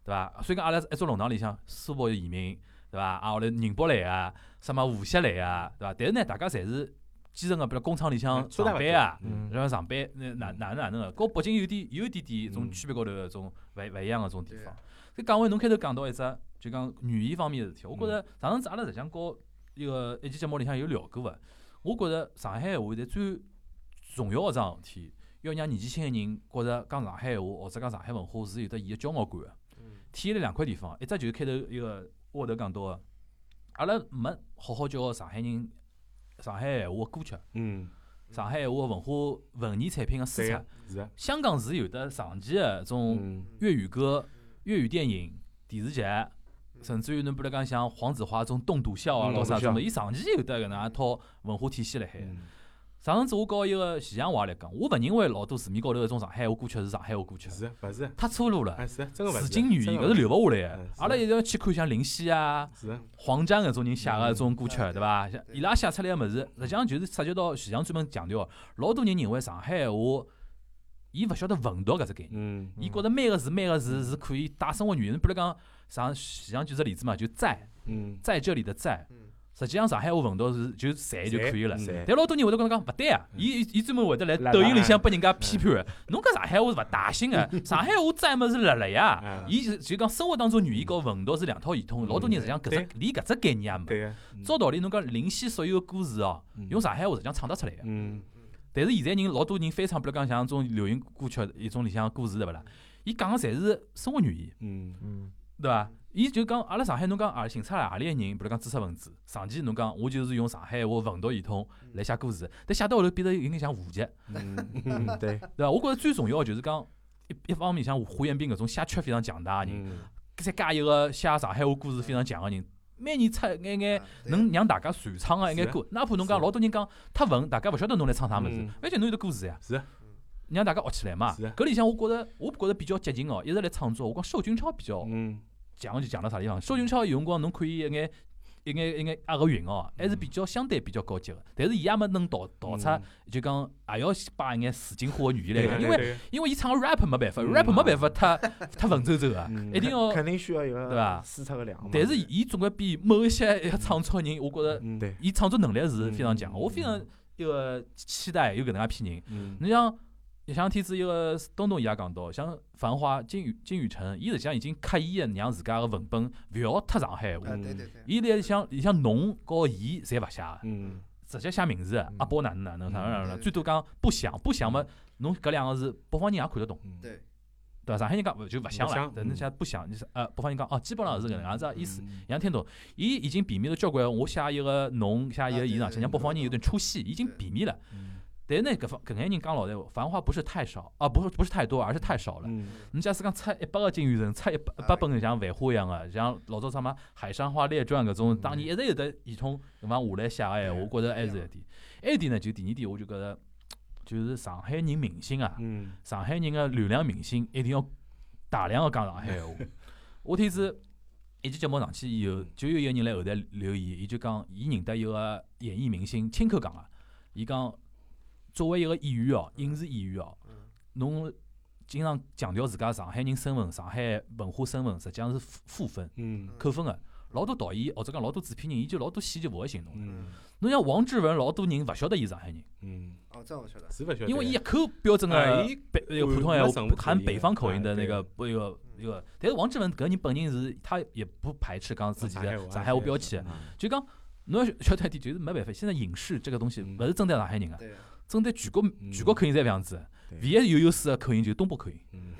S1: 对伐？所以讲阿拉是一座弄堂里向，苏北有移民，对伐？啊，后来宁波来啊，什么无锡来啊，对伐？但是呢，大家侪是基层个，比如工厂里向
S2: 差
S1: 上
S2: 大勿
S1: 班
S2: 多
S1: 啊，
S3: 嗯
S1: 然后上班那哪哪能哪能个，跟北京有点有一点点种区别高头个种勿勿一样个种地方。所以讲回侬开头讲到一只就讲语言方面个事体，我觉着上次阿拉实际上和一个一期节目里向有聊过个，我觉着上海闲话现在最重要个桩事体，要让年纪轻个人觉着讲上海闲话或者讲上海文化是有得伊个骄傲感个。
S4: 嗯
S1: 体现了两块地方，一只就是开头一个沃头讲到个，阿拉没好好教上海人上海闲话个歌曲，
S2: 嗯，
S1: 上海闲话个文化文艺产品个输
S2: 对
S1: 出
S2: 个。是啊，
S1: 香港是有的长期个种
S2: 嗯
S1: 粤语歌、粤语电影、电视剧，甚至于侬比如讲像黄子华这种东笃笑啊，
S2: 嗯
S1: 老啥种
S3: 东
S1: 的，伊长期有得搿能一套文化体系辣海。
S2: 嗯
S1: 上次我跟一个前向娃来讲，我勿认为老多市面高头搿种上海话歌曲是上海话歌曲，
S2: 是啊，勿是啊，
S1: 太粗鲁了。
S2: 哎是啊，真个勿是啊。
S1: 市井语
S2: 真
S1: 言
S2: 的
S1: 搿是留勿下来
S2: 嗯
S1: 个
S2: 是，
S1: 阿拉一定要去看像林夕啊、
S2: 是啊，
S1: 黄沾搿种人写个
S2: 嗯
S1: 种歌曲，
S4: 嗯
S1: 对伐？像
S4: 对
S1: 伊拉写出来个物事，实际上就是涉及到徐翔专门强调的，老多人认为上海闲话，伊勿晓得文读搿只概念，
S2: 嗯
S1: 伊觉得每个字每个字是可以带生活语言。比如讲，上徐翔举只例子嘛，就在
S2: 嗯，
S1: 在这里的在，
S4: 嗯，
S1: 实际上上海话文读是就在就可以了。
S2: 嗯
S3: 侪
S1: 但老多人会得跟侬讲勿对啊，伊伊伊专门会得来
S3: 辣
S1: 抖
S3: 辣
S1: 音里向
S3: 啊
S1: 被人家批判的。侬搿上海话是勿大行个，上海话再么是辣辣呀
S2: 啊。
S1: 伊是就讲生活当中语言和文读是两套系统，老多人实际上搿
S2: 嗯对
S1: 只连搿只概念也没。
S2: 对个，
S1: 照道理侬讲林夕所有的歌词哦
S2: 嗯，
S1: 用上海话实际上唱得出来个。
S2: 嗯
S1: 但是现在人老多人翻唱，比如讲像种流行歌曲一种里向歌词对勿啦？伊讲个侪是生活语言，
S2: 嗯
S3: 嗯，
S1: 对伐？伊就讲阿拉上海侬讲啊，寻出来何里个人，比如讲知识分子，长期侬讲我就是用上海话文读系统来写歌词，但写到后头变得有点像户籍。
S2: 嗯
S3: 嗯对，
S1: 对伐？我觉着最重要的就是讲一一方面，像胡彦斌搿种写曲非常强大个人，
S2: 嗯。
S1: 再加一个写上海话故事非常强个人，每年出一眼眼哎
S4: 啊
S1: 能让大家传唱个一眼歌，哪怕侬讲
S2: 是的
S1: 老多人讲太文，大家勿晓得侬来唱啥物事
S2: 嗯，
S1: 而且侬有得故事呀，
S2: 是啊
S1: 让大家学起来嘛。
S2: 是的
S1: 搿里向我觉着，我觉着比较接近哦，一直来创作。我讲邵军超比较
S2: 嗯
S1: 强，就强到啥地方？邵军超有辰光侬可以一眼一眼一眼压个韵哦，
S2: 嗯
S1: 还是比较相对比较高级个。但是伊也没能逃逃出，就讲也要摆一眼市井化的语言来个，
S2: 对个
S1: 因
S2: 对
S1: 为
S2: 个
S1: 因为伊唱 rap 没办法
S2: 嗯
S1: ，rap 没办法太太文绉绉个，
S2: 嗯
S1: 一定要。
S3: 肯定需要一个
S1: 对吧
S3: 输出个量嘛。
S1: 但是伊总归比某一些一些创作人，我觉着
S2: 嗯
S3: 对，
S1: 伊创作能力是非常强，
S2: 嗯
S1: 我非常一个期待有搿能介批人。
S2: 嗯
S1: 你像像天子一个东东伊也讲到，像《繁花》金宇金宇澄，伊实际上已经刻意个让自家个文本勿要太上海话
S4: 啊，
S2: 嗯，
S4: 对对对，
S1: 伊里向里向侬和伊侪勿写个，
S2: 嗯
S1: 直接写名字，阿宝哪能哪能哪能哪能，
S4: 嗯
S1: 最多讲不响不响嘛，侬搿两个字北方人也看得懂，
S2: 嗯，
S4: 对，
S1: 对伐？上海人讲勿就勿响
S2: 不
S1: 了
S2: 响，
S1: 但侬
S2: 嗯
S1: 讲不响，你是呃北方人讲哦，基本上是搿能样子个意思。
S2: 嗯，
S1: 杨天懂，伊已经避免了交关，我写一个侬写一个
S2: 啊
S1: 伊上去，让北方人有点出戏，已经避免了。
S2: 嗯
S1: 但是呢，搿方搿眼人讲老实话，繁花不是太少啊，不是不是太多，而是太少了。
S2: 嗯哎
S1: 侬假使讲出一百个金鱼人，出一百一百本像繁花一样个，像老早什么《海上花列传》搿种，当
S2: 嗯
S1: 年一直有得系统搿帮下来写个闲话，我觉着还是一点。还有一点呢，就第二点，我就觉着就是上海人明星啊，
S2: 嗯，
S1: 上海人个流量明星一定要大量个讲上海
S2: 哎
S1: 闲话。我天子一期节目上去以后，就有一个人来后台留言，伊就讲伊认得一个演艺明星，亲口讲个，伊讲作为一个演员哦，影视演员哦，
S4: 嗯，
S1: 侬经常强调自家上海人身份、上海文化身份，实际上是负负分、
S2: 嗯
S1: 扣分个。老多导演或者讲老多制片人，伊就老多戏就勿会寻侬。
S2: 嗯
S1: 侬像王志文，老多人勿晓得伊上海人，
S2: 嗯，
S4: 哦，这我晓 得，
S2: 是勿晓得，
S1: 因为伊一口标准个
S2: 哎伊
S1: 北那个普通
S2: 没
S1: 话
S2: 什么口
S1: 含
S2: 音
S1: 北方口音
S2: 哎
S1: 的那
S2: 对
S1: 个不一个一个，但是王志文搿人本人是他也不排斥讲自己
S2: 上海
S1: 的
S2: 话
S1: 上海话标签，
S2: 嗯
S1: 就讲侬要晓得一点，就是没办法，现在影视这个东西
S2: 嗯
S1: 勿是针对上海人啊，
S4: 对啊，
S1: 针对全国
S2: 嗯
S1: 全国口音侪搿样子。
S3: 对
S1: 唯一有优势的口音就是东 北口音，
S2: 嗯，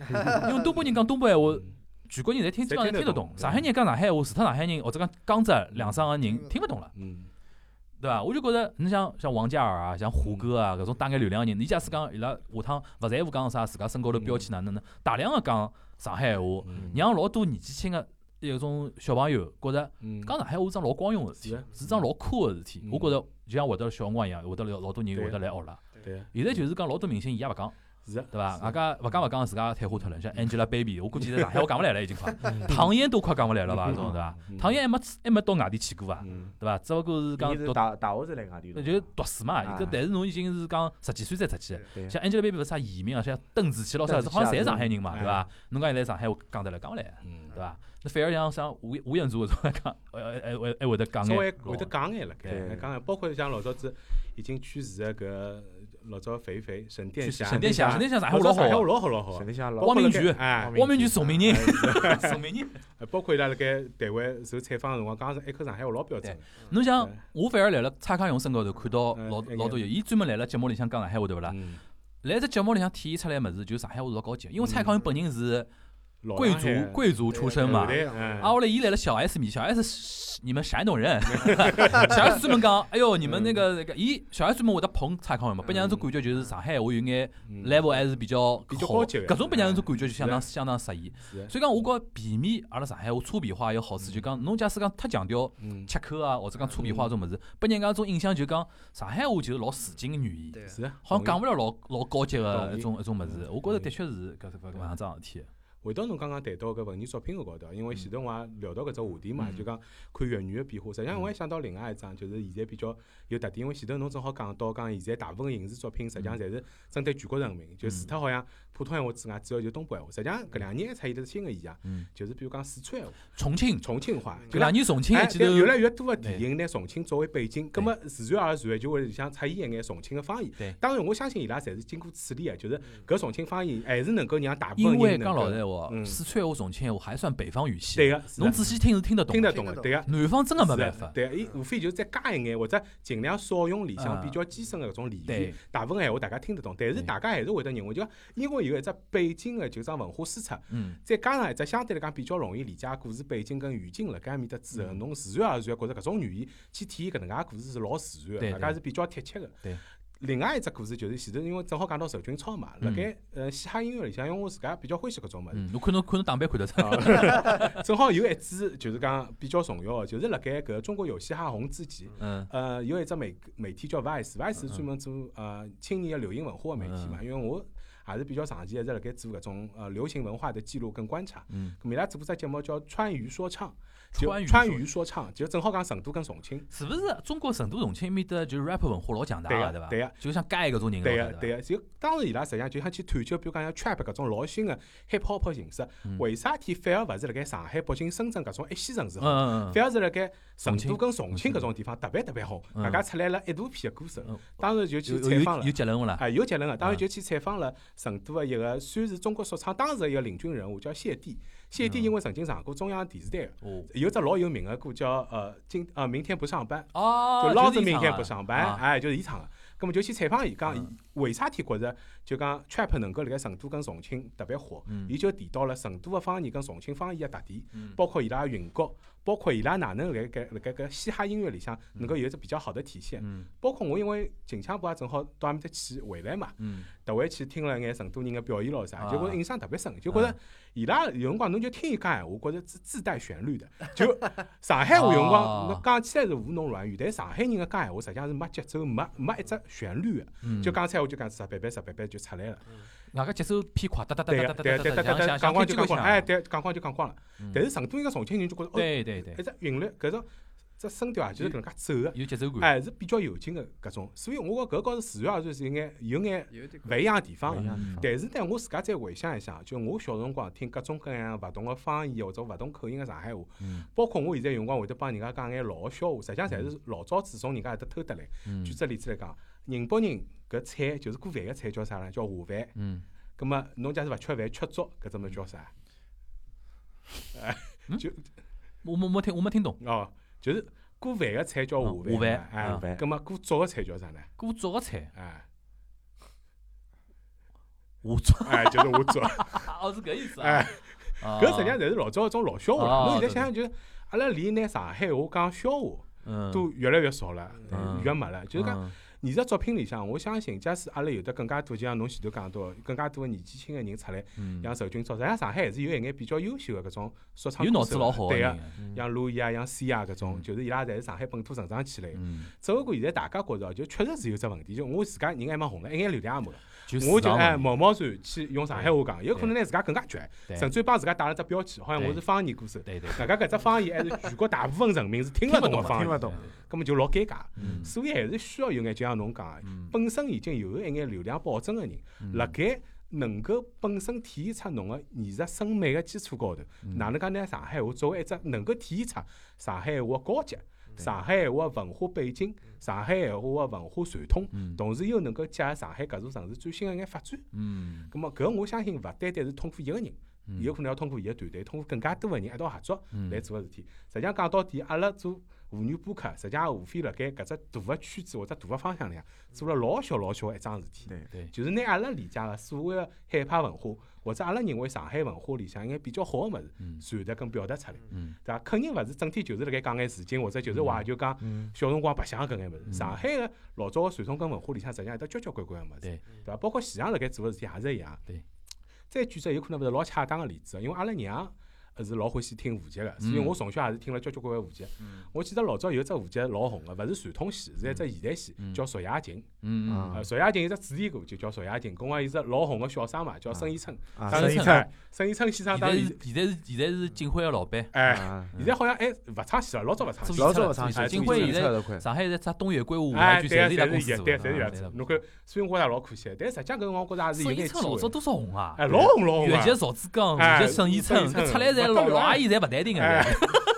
S1: 因为东北人讲东北闲话，
S2: 嗯
S1: 全国人侪听基本
S2: 侪
S1: 上
S2: 听
S1: 听
S2: 得
S1: 得懂
S2: 懂，对
S1: 上海人讲上海话，除脱上海人或者讲江浙两省个人
S4: 嗯
S1: 听勿懂了。
S2: 嗯
S1: 对伐？我就觉着，你像像王嘉尔啊，像
S2: 嗯
S1: 胡歌啊，搿种大眼流量人，你假使讲伊拉下趟勿在乎讲啥，自家身高头标签哪能呢？大量个讲上海话，
S2: 嗯
S1: 让老多年纪轻个有种小朋友觉着
S2: 嗯，
S1: 讲上海话是桩老光荣个事
S2: 是
S1: 体
S2: 啊，
S1: 是桩老酷个事体。
S2: 嗯
S1: 我觉着就像会得小辰光一样，会得老老多人
S2: 对
S1: 会得来学了。
S2: 对啊，
S1: 现在就是讲老多明星伊也勿讲，
S2: 是啊，
S1: 对伐？
S2: 是嗯
S1: 外加勿讲勿讲，自家退化脱了。像 Angelababy，我估 计在上海话讲勿来了，已经快。唐嫣都快讲勿来了吧？
S2: 嗯
S1: 种对伐
S2: 嗯？
S1: 唐嫣还没还没到外地去过伐？
S2: 嗯
S1: 对伐？只不过是讲
S3: 伊是
S1: 到
S3: 大大学是来外地
S1: 那
S3: 读
S1: 就是
S3: 的，
S1: 读书嘛，
S3: 啊
S1: 搿但是侬已经是讲十几岁才出去
S4: 对，
S3: 对
S1: 像 Angelababy 勿是啥移民啊，像邓紫棋老啥，
S3: 邓紫棋
S1: 好像侪
S3: 啊
S1: 是上海人嘛，
S2: 对
S1: 对伐？侬讲现在上海话讲得来讲勿来，
S2: 嗯
S1: 对伐？那反而像像吴吴彦祖搿种来讲，呃还还还会得讲
S2: 稍微
S1: 眼哦
S2: 会得讲眼了，该
S3: 对
S2: 还讲眼，包括像老早子已经去世个搿老早肥肥沈殿霞，
S1: 沈殿霞，沈殿霞上海
S2: 老
S1: 话老
S2: 上海
S1: 好
S2: 话
S1: 啊，
S2: 老好老好
S3: 沈，里向老
S2: 包括
S1: 汪明
S2: 辣盖
S1: 荃
S2: 哎，
S1: 汪明荃崇明人，
S2: 啊
S1: 崇明人。
S2: 包括伊拉辣盖台湾受采访个辰光，讲是一口上海话老标准的，
S1: 侬 像
S2: 对
S1: 我反而来了蔡康永身高头看到
S2: 嗯
S1: 老
S2: 哎
S1: 老多有，伊专门来了节目里向讲上海话对勿啦？
S2: 嗯，
S1: 来只节目里向体现出来物事，就上海话是老高级，因为蔡康永本人是
S2: 老
S1: 贵
S2: 嗯上海
S1: 族贵族出身嘛
S2: 后，台
S1: 啊，
S2: 嗯
S1: 后来伊来了小 S 面，小 S 是你们山东人， 小 S 专门讲，哎哟，你们那个那个，伊小 S 专门会得捧蔡康永嘛，
S2: 嗯
S1: 拨人家一种感觉就是上海话有眼
S2: 嗯
S1: level 还是比较
S2: 比较
S1: 好
S2: 高级的
S1: 搿种拨人家一种感觉就相当
S2: 嗯
S1: 相当适宜。
S2: 是啊，
S1: 所以讲，我觉着避免阿拉上海话粗鄙化有好处，就讲侬假使讲太强调
S2: 嗯，
S1: 切口啊，或者讲粗鄙化种物事，拨人家一种印象就讲上海话就是老市井的语言，
S4: 对啊，
S2: 是啊，
S1: 好像讲
S2: 同
S1: 勿
S2: 意
S1: 了老老高级的
S2: 同意嗯
S1: 一种一种物事。我觉着
S2: 同意
S1: 的确是搿搿搿能桩事体。
S2: 回到侬刚刚谈到搿文艺作品个高头，因为前头我也聊到搿只话题嘛，
S1: 嗯
S2: 就讲看粤语个变化。实际上我也想到另外一桩，就是现在比较有特点，因为前头侬正好讲到讲现在大部分影视作品实
S1: 嗯
S2: 际上侪是针对全国人民，就除脱好像普通闲话之外，主要就是东北闲话。实际上搿两年还出现了新个现象
S1: 嗯，
S2: 就是比如讲四川闲话、
S1: 重庆，
S2: 重庆话，
S1: 搿
S2: 就讲
S1: 两年重庆一
S2: 哎
S1: 记头
S2: 对越来越多个电影拿重庆作为背景，葛么自然而然就会里向出现一眼重庆个方言
S1: 对。嗯
S2: 当然，我相信伊拉侪是经过处理个，就是搿重庆方言还是能够让大部分
S1: 因为
S2: 人
S1: 讲
S2: 能
S1: 老
S2: 够
S1: 实话，
S2: 嗯
S1: 四川话、重庆话还算北方语系。
S2: 对啊个，是
S1: 侬
S2: 的
S1: 仔细听是听得懂
S2: 听
S1: 的，
S2: 得懂啊
S4: 听得
S2: 个，对个。
S1: 南方真的没
S2: 是
S1: 办
S2: 的
S1: 法。
S2: 对，伊无非就是再加一眼，或者尽量少用里向
S1: 嗯
S2: 比较基础的搿种俚
S1: 对
S2: 语。大部分闲话大家听得懂，但是
S1: 对
S2: 大家还是会得认为，就讲因为有一只背景的，就桩文化输出，
S1: 嗯，
S2: 再加上一只相对来讲比较容易理解的故事背景跟语境辣盖埃面搭之后，侬自然而然觉着搿种语言去体验搿能介的故事是老自然
S1: 对
S2: 的，大家
S1: 对
S2: 是比较贴切的。
S1: 对。
S2: 另外一只故事就是前头，因为正好讲到仇俊超嘛，辣
S1: 嗯
S2: 盖呃嘻哈音乐里向，因为我自家比较欢喜搿种物事，
S1: 嗯，我看侬看侬打扮看得出来。
S2: 啊正好有一支就是讲比较重要的，就是辣盖搿中国有嘻哈红之前，
S1: 嗯
S2: 呃，
S1: 嗯
S2: 有一只媒媒体叫 Vice，Vice 是专门做呃青年的流行文化的媒体嘛。因为我还是比较长期一直辣盖做搿种呃流行文化的记录跟观察。
S1: 嗯，
S2: 咁伊拉做只节目叫《川渝说唱》，就
S1: 川渝
S2: 川
S1: 说
S2: 渝说唱，就正好讲成都跟重庆。
S1: 是不是中国成都、重庆面搭就是 rap 文化老强大
S2: 对
S1: 个
S2: 个
S1: 伐？
S2: 对个
S1: 就像介搿种人
S2: 对
S1: 个
S2: 个，对个，就当时伊拉实际上就想去探究，比如讲像 trap 搿种老新个 hip hop 形式，
S1: 嗯
S2: 为啥体反而勿是辣盖上海、北京、深圳搿种一线城市红，
S1: 嗯嗯
S2: 反而是辣盖
S1: 重
S2: 成
S1: 庆
S2: 都跟重庆搿种地方特别特别红，
S1: 嗯
S2: 大家出来了一大批个歌手
S1: 嗯，
S2: 当时就去
S1: 嗯，有
S2: 采
S1: 有
S2: 访了
S1: 有。结论勿啦？
S2: 啊，有结论个，当时
S1: 嗯
S2: 就去采访了成都个一个，算是中国说唱当时的一个领军人物，叫谢帝。谢
S1: 嗯
S2: 帝因为曾经上过中央电视台个，
S1: 哦
S2: 有只老有名个歌叫呃今呃明天不上班，
S1: 哦，
S2: 就老
S1: 是
S2: 子
S1: 伊
S2: 明
S1: 唱
S2: 天
S1: 的
S2: 不上班，
S1: 啊
S2: 哎，就是伊唱个。咁么就去采访伊，讲伊
S1: 嗯
S2: 为啥体觉着就讲 trap 能够辣盖成都跟重庆特别火
S1: 嗯，
S2: 伊就提到了成都个方言跟重庆方言个特点
S1: 嗯，
S2: 包括伊拉个韵脚，包括伊拉哪能辣盖辣盖搿嘻哈音乐里向能够有一只比较好的体现。
S1: 嗯
S2: 包括我因为近腔部也啊正好到埃面搭去回来嘛，
S1: 嗯，
S2: 特回去听了一眼成都人个表演咯啥，
S1: 啊
S2: 结果印象特别深，就觉着伊拉有辰光侬就听伊讲闲话，觉着自自带旋律的。就上海话有辰
S1: 哦
S2: 光侬讲起来是胡弄乱语，但上海人个讲闲话实际上是没节奏，没没一只旋律个，
S1: 嗯
S2: 就讲出来话就讲啥白白啥白白就出来了。
S1: 外加节奏偏快，哒哒哒
S2: 对
S1: 哒
S2: 个
S1: 哒哒
S2: 对个对
S1: 哒
S2: 个对
S1: 哒，
S2: 个
S1: 像
S2: 对个，
S1: 像
S2: 讲光
S1: 听
S2: 就
S1: 这个
S2: 讲光，
S1: 像，啊
S2: 哎，对，讲光就讲光了。
S1: 嗯
S2: 但是成都人个重庆人就觉着哦，
S1: 对对
S2: 一
S1: 对，
S2: 只韵律搿种只声调啊，就是搿能介走个。
S1: 有节奏感，嗯
S2: 哎，是比较有劲个搿种，所以我觉搿高头自然而然是有眼有眼
S4: 有点
S2: 勿一样个地方
S3: 勿一
S2: 个。
S3: 样的地
S1: 嗯啊
S3: 方
S2: 但是呢，我自家再回想一下，就我小辰光听各种各样勿同个方言或者勿同口音个上海话，
S1: 嗯
S2: 包括我现在有辰光会得帮人家讲眼老个笑话，实际上侪是老早子从人家搿搭偷得来。
S1: 嗯
S2: 举只例子来讲，宁波人搿菜就是过饭个菜叫啥呢？叫下饭。
S1: 嗯，
S2: 葛末侬假使勿吃饭吃粥，搿只物事叫啥？
S1: 我没没听我没听懂，
S2: 哦，就是过饭个菜叫
S1: 嗯下饭
S2: 下饭嘛。哎
S3: 下，饭
S2: 葛末过粥个菜叫啥呢？
S1: 给我做个菜，
S2: 哎。
S1: 我做，
S2: 哎，就是我 做，
S1: 哦是搿意思啊
S2: 哎，，
S1: 啊
S2: 搿实际上侪是老早搿种老笑话
S1: 哦
S2: 啦。侬现
S1: 对
S2: 在想想，就是阿拉离拿上海话讲笑话
S1: 嗯
S2: 都越来越少了
S1: 嗯，
S2: 越没了。就是讲，
S1: 嗯
S2: 现在作品里向，我相信，假使阿拉有得更加多，就像侬前头讲到，更加多的年纪轻的人出来，
S1: 嗯
S2: 像仇军超，实哎际上上海还是有一眼比较优秀的搿种说唱
S1: 有
S2: 歌
S1: 脑
S2: 手
S1: 子
S2: 的
S1: 老好的
S2: 嗯对
S1: 人
S2: 个，
S1: 啊，
S2: 像陆毅啊，像 C 啊搿
S1: 嗯
S2: 种，就是伊拉侪是上海本土成长起来的。
S1: 嗯，
S2: 只不过现在大家觉着，就确实是有只问题，就我自家人还没红了，一眼流量也没了。
S1: 嗯就
S2: 我
S1: 市
S2: 就
S1: 场
S2: 哎
S1: 嘛
S2: 毛毛然去用上海话讲，有可能拿自家更加绝，
S1: 对
S2: 甚至于帮自家打了只标签，好像我
S1: 对
S2: 是方言歌手。
S1: 对对，
S2: 大家搿只方言还是全国大部分人民是听
S1: 听
S2: 勿
S1: 不
S2: 懂个
S1: 的
S2: 方
S3: 听
S2: 言
S3: 勿，懂
S1: 对
S2: 根本就老尴尬。
S1: 嗯
S2: 所以还是需要有眼，就像侬讲个，
S1: 嗯
S2: 本身已经有一眼流量保证个人，辣盖能够本身体现出侬个艺术审美个基础高头，
S1: 嗯
S2: 哪能介拿上海话作为一只能够体现出上海话的高级、上海话的文化背景、上海话的文化传统，
S1: 嗯
S2: 同时又能够结合上海搿座城市最新个眼发展。
S1: 嗯
S2: 咁么搿我相信勿单单是通过一个人，
S1: 嗯
S2: 有可能要通过伊个团队，通过更加多个人一道合作
S1: 嗯
S2: 来做个事体。实际上讲到底，阿拉做妇女播客，实际上无非辣盖搿只大个圈子或者大个方向里向做了老小老小个一桩事体，
S3: 对
S1: 对，
S2: 就是拿阿拉理解个所谓个海派文化，或者阿拉认为上海文化里向一眼比较好个物
S1: 嗯
S2: 事，传达跟表达出来。
S1: 嗯
S2: 对伐？肯定勿是整天就是辣盖讲眼事情，或者就是怀旧讲
S3: 嗯
S2: 小辰光白相搿眼物
S1: 嗯
S2: 事。上海个老早个传统跟文化里向，实际上有得交交关关个物事，
S1: 对
S2: 对伐？包括前浪辣盖做个事体也是一样。
S1: 对。
S2: 再举只有可能勿是老恰当个例子，因为阿拉娘呃是老欢喜听舞集个，所以
S1: 嗯
S2: 我从小也是听了交交关关舞集。我记得老早有一只舞集老红个，勿是传统戏，是一只现代戏
S1: 嗯，
S2: 叫《熟夜情》。
S1: 嗯嗯
S3: 啊
S2: 呃，《熟夜情》有只主题歌就叫《熟夜情》，讲个有只老红个小生嘛，叫
S3: 啊
S2: 孙一春。
S3: 啊，
S1: 当
S3: 生
S1: 时
S3: 意
S1: 出
S3: 菜
S2: 哎孙一春先生
S1: 现在
S2: 当
S1: 是嗯
S2: 时
S1: 现在是现在是锦辉个老板，
S2: 哎。
S3: 啊，
S2: 现在好像哎勿唱戏了，老早勿唱
S1: 做
S2: 戏。
S1: 演
S3: 老
S1: 出
S3: 早
S1: 了
S3: 勿
S1: 做
S3: 上去，
S2: 演
S1: 锦
S2: 出了
S1: 辉
S3: 做
S1: 现
S3: 演出
S1: 哎在
S3: 了块，
S1: 上海现在啥东野圭吾舞
S2: 哎，
S1: 台剧，
S2: 对啊，
S1: 侪是伊拉
S2: 侪
S1: 公
S2: 是
S1: 司
S2: 伊
S1: 做
S2: 对
S1: 的，
S2: 啊，侪是伊拉做。侬看，虽然我也老可惜，但实际上搿辰光我觉着也是有
S1: 沈一
S2: 眼机
S1: 春老早
S2: 会。
S1: 多少红啊！
S2: 啊哎，老红老红
S1: 越
S2: 啊
S1: 级！赵志刚，
S2: 哎
S1: 越级沈一春，
S2: 沈一春
S1: 搿出来侪老老
S2: 不得了
S1: 阿姨侪勿淡定个，
S2: 哎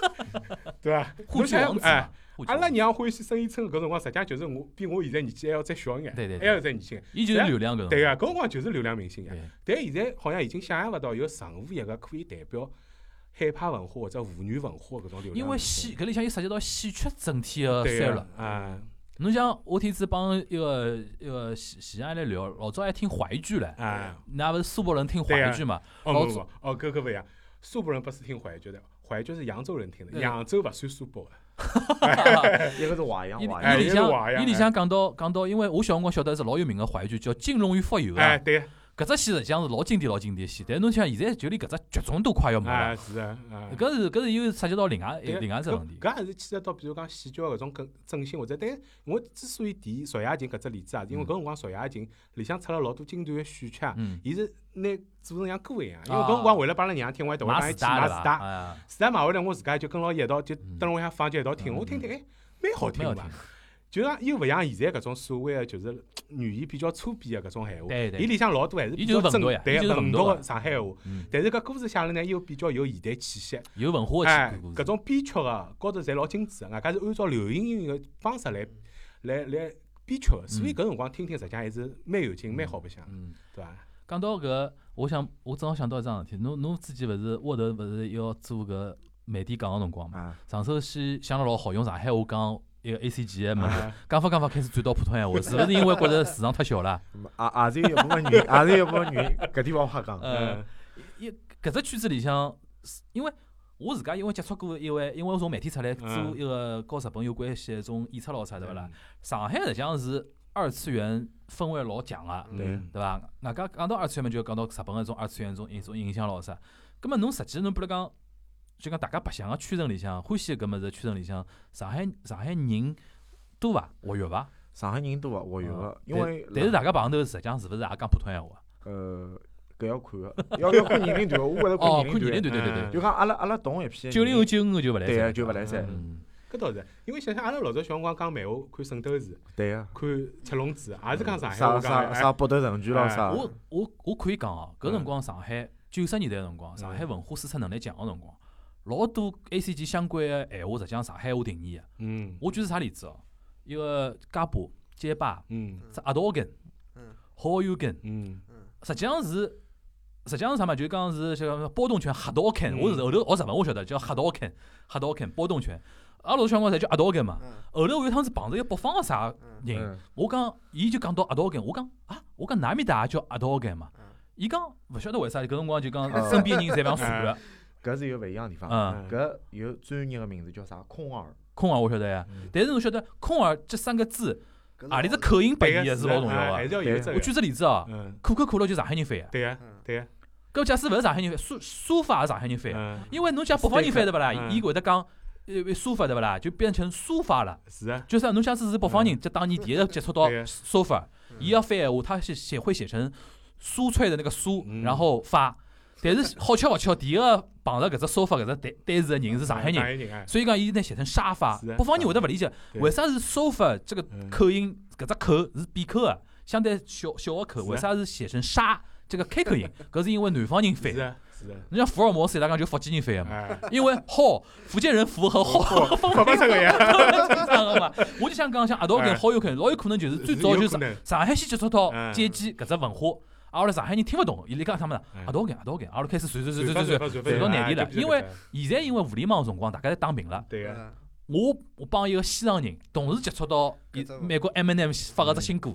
S2: 对伐？
S1: 沪剧王子
S2: 哎
S1: 嘛，，沪剧
S2: 阿拉
S1: 王子
S2: 娘欢喜孙艺春搿辰光，实际上就是我比我现在年纪还要再小一眼，
S1: 对对
S2: 还
S1: 对
S2: 要再年轻眼。
S1: 伊就是流量搿种。
S2: 对啊个，搿辰光就是流量明星呀
S1: 对。
S2: 但现在好像已经想象勿到有任何一个可以代表海派文化或者妇女文化搿种流量明星。
S1: 因为戏呃搿里向又涉及到戏曲整体个
S2: 对
S1: 衰落
S2: 个。，啊
S1: 侬像我天子帮一个一个前前安来聊，老早还听淮剧唻，
S2: 啊，
S1: 那勿是苏北人听淮剧 嘛？
S2: 哦
S1: 老
S2: 不
S1: 早
S2: 不，哦搿搿勿一样，苏北人不是听淮剧的，淮剧是扬州人听的，
S1: 对
S2: 扬州勿算苏北的。
S3: 一个是淮扬
S1: 伊
S3: 淮
S2: 哎
S1: 伊里
S3: 扬，
S2: 有点
S1: 向
S2: 坏呀
S1: 伊里向讲到讲到，因为我小辰光晓得是老有名个淮剧叫《金龙与蜉蝣》
S2: 哎，
S1: 啊，
S2: 对个，
S1: 搿只戏实际上是老经典老经典的戏，但是侬想现在就连搿只剧种都快要没
S2: 哎
S1: 了，
S2: 是啊，啊
S1: 搿是搿是又涉及到另外一
S2: 对啊
S1: 另外一只
S2: 搿
S1: 问题。
S2: 搿也是牵涉到，比如讲戏剧搿种更振兴或者，但我之所以提邵雅琴搿只例子啊，因为搿辰光邵雅琴里向出了老多经典的选曲啊，
S1: 嗯，
S2: 伊是拿做成像歌一样，因为
S1: 啊
S2: 搿辰光为了帮阿拉娘听，我还特别帮
S1: 买
S2: 伊
S1: 磁
S2: 去买
S1: 带
S2: 磁
S1: 了
S2: 带，
S1: 吧？
S2: 磁带买回来我自家就跟牢伊一道，就
S1: 嗯
S2: 等屋里向放就一道听，我听听哎，蛮好听
S1: 没有
S2: 伐
S1: 听。，
S2: 就讲又勿像现在搿种所谓的就是嘖语言比较粗鄙的搿种闲话，
S1: 对对
S2: 伊里向老多还是比
S1: 伊就
S2: 较
S1: 是文
S2: 正
S1: 牍呀伊
S2: 对
S1: 就是
S2: 文
S1: 文
S2: 牍
S1: 牍
S2: 的
S1: 啊
S2: 上海话
S1: 嗯，
S2: 但是搿歌词写了呢又比较有现代气息，
S1: 有文化的
S2: 哎
S1: 气，
S2: 搿
S1: 搿
S2: 种编曲啊高头侪老精致的，外加是按照流行音乐的方式来来来编曲的，所以
S1: 嗯
S2: 搿辰光听听实际上还是蛮有劲、蛮好白相的，
S1: 嗯，
S2: 对伐？
S1: 讲到搿，我想我正好想到一桩事体，侬侬之前勿是沃头勿是要做搿媒体讲个辰光嘛？
S3: 啊，
S1: 上首先想了老好，用上海话讲一个 A C G 个物事，
S2: 啊
S1: 讲法讲法开始转到普通闲话，是勿是因为觉着市场太小了？
S3: 也也是有一部分 原因，也是有一部分原因，搿点勿好瞎讲。嗯
S1: 呃，一搿只圈子里向，是因为我自家因为接触过一位，因为我从媒体出来做
S2: 嗯
S1: 一个跟日本有关系的一种演出咯啥对勿啦？？上海实际上是二次元氛围老强个、
S2: 嗯
S3: 对
S1: 对伐？外加讲到二次元嘛，就要讲到日本个种二次元种一种影响咯啥。葛末侬实际侬比如讲，就讲大家白相个圈层里向，欢喜搿物事圈层里向，上海上海人多伐？活跃伐？
S3: 上海人多啊，活跃个
S1: 嗯，
S3: 因为
S1: 但但是大家碰头实际上是勿是也讲普通闲话？
S3: 呃，搿要看个，要要看年龄段个，我觉着
S1: 哦，看
S3: 年
S1: 年龄
S3: 龄
S1: 段，对对对
S2: 嗯
S3: 段，就讲阿拉阿拉同一批
S1: 对，
S3: 人，
S1: 九零后、九五后就勿来
S3: 对
S1: 塞
S3: 啊个。就勿来三，
S1: 嗯，
S2: 搿倒是，因为想想阿拉老早小辰光讲漫画，看《圣斗士》，
S3: 对啊个，
S2: 看《七龙珠》，也是讲上海
S3: 啥
S2: 话讲
S3: 啥
S2: 的
S3: 啥北斗神拳咯
S2: 哎
S3: 啥，
S1: 我我我可以讲哦，搿
S2: 嗯
S1: 辰光上海九十年代个辰光，上海
S3: 嗯
S1: 文化输出能力强个辰光，老多 A C G 相关个闲话，实际上上海话定义啊个。
S2: 嗯
S1: 我举是啥例子哦？一个街霸、街霸、
S2: 嗯
S1: 是阿道根、
S4: 嗯
S1: 好友根，
S2: 嗯，
S4: 嗯
S1: 实际上是实际上是啥嘛？就是讲是像包动拳、黑道
S2: 嗯
S1: 根。我是后头学日文，我晓得叫黑道根、黑道根、包动拳。阿拉老小辰光侪叫阿道根嘛。
S4: 嗯
S1: 后头我有一趟是碰着一个北方个啥
S4: 嗯
S1: 人，
S3: 嗯
S1: 我讲伊就讲到阿道根，我讲啊，我讲南面大也叫阿道根嘛
S4: 嗯。
S1: 伊讲勿晓得为啥，搿辰光就讲
S3: 啊
S1: 身边人侪往傻了，
S3: 搿是有勿一样个地方。
S1: 嗯，
S2: 嗯
S3: 搿有专业个名字叫啥？空耳，
S1: 空耳我晓得呀
S2: 嗯。
S1: 但是侬晓得空耳这三个字，
S4: 搿
S1: 何里只
S4: 是
S1: 口音不一样是
S2: 是
S1: 老重
S2: 哎
S1: 要
S2: 还
S1: 个。
S2: 是要有
S3: 对
S2: 这
S1: 我
S2: 个。
S1: 举只例子啊，
S2: 嗯，
S1: 可口可乐就上海人翻个，
S2: 对呀
S4: 嗯，
S2: 对呀，
S1: 搿假使勿是上海人翻，苏苏法也上海人翻的，
S2: 嗯，
S1: 因为侬讲北方人翻对勿啦，
S2: 嗯
S1: 伊会得讲呃苏法对勿啦，就变成苏法了。
S2: 是啊，
S1: 就是啊侬假使是北方人，这当年第一个接触到
S2: 对呀
S1: 苏法，
S4: 嗯
S1: 伊要翻闲话，他写写会写成酥脆的那个酥
S2: 嗯，
S1: 然后发。但是好巧勿巧，第一个碰着搿只苏法搿只单单词的人是上海
S2: 上海
S1: 人，
S2: 人哎，
S1: 所以讲伊呢写成沙发
S2: 是啊。
S1: 北方人会得勿理解，
S2: 对
S1: 为啥是苏法这个
S2: 嗯
S1: 口音搿只口是闭口个，相对小小个口，
S2: 是啊
S1: 为啥是写成沙这个开口音？搿是因为南方人翻
S2: 是。啊，是啊，
S1: 人家福尔摩斯伊拉讲就福建人翻个嘛，
S2: 哎，
S1: 因为好福建人福和好分
S2: 不出个呀，
S1: 上个嘛。我就想讲，像阿道
S2: 哎
S1: 跟好有可能，老有可能就是最早就是
S2: 有可
S1: 上
S2: 能
S1: 上海先接触到
S2: 嗯
S1: 阶级搿只文化，阿拉上海人听勿懂，伊拉讲啥么
S2: 嗯
S1: 呢？阿道跟阿道跟，阿拉开始传传
S2: 转
S1: 传
S2: 发
S1: 传传
S2: 转发
S1: 传传
S2: 转发
S1: 到内地了
S2: 哎就。是
S1: 因
S2: 这
S1: 为
S2: 个
S1: 现在因为互联网的辰光，大家侪打平了。
S2: 对呀，
S4: 嗯
S1: 我我帮一个西藏人同时接触到伊
S4: 搿只文
S1: 美国 M n M 发个只新歌，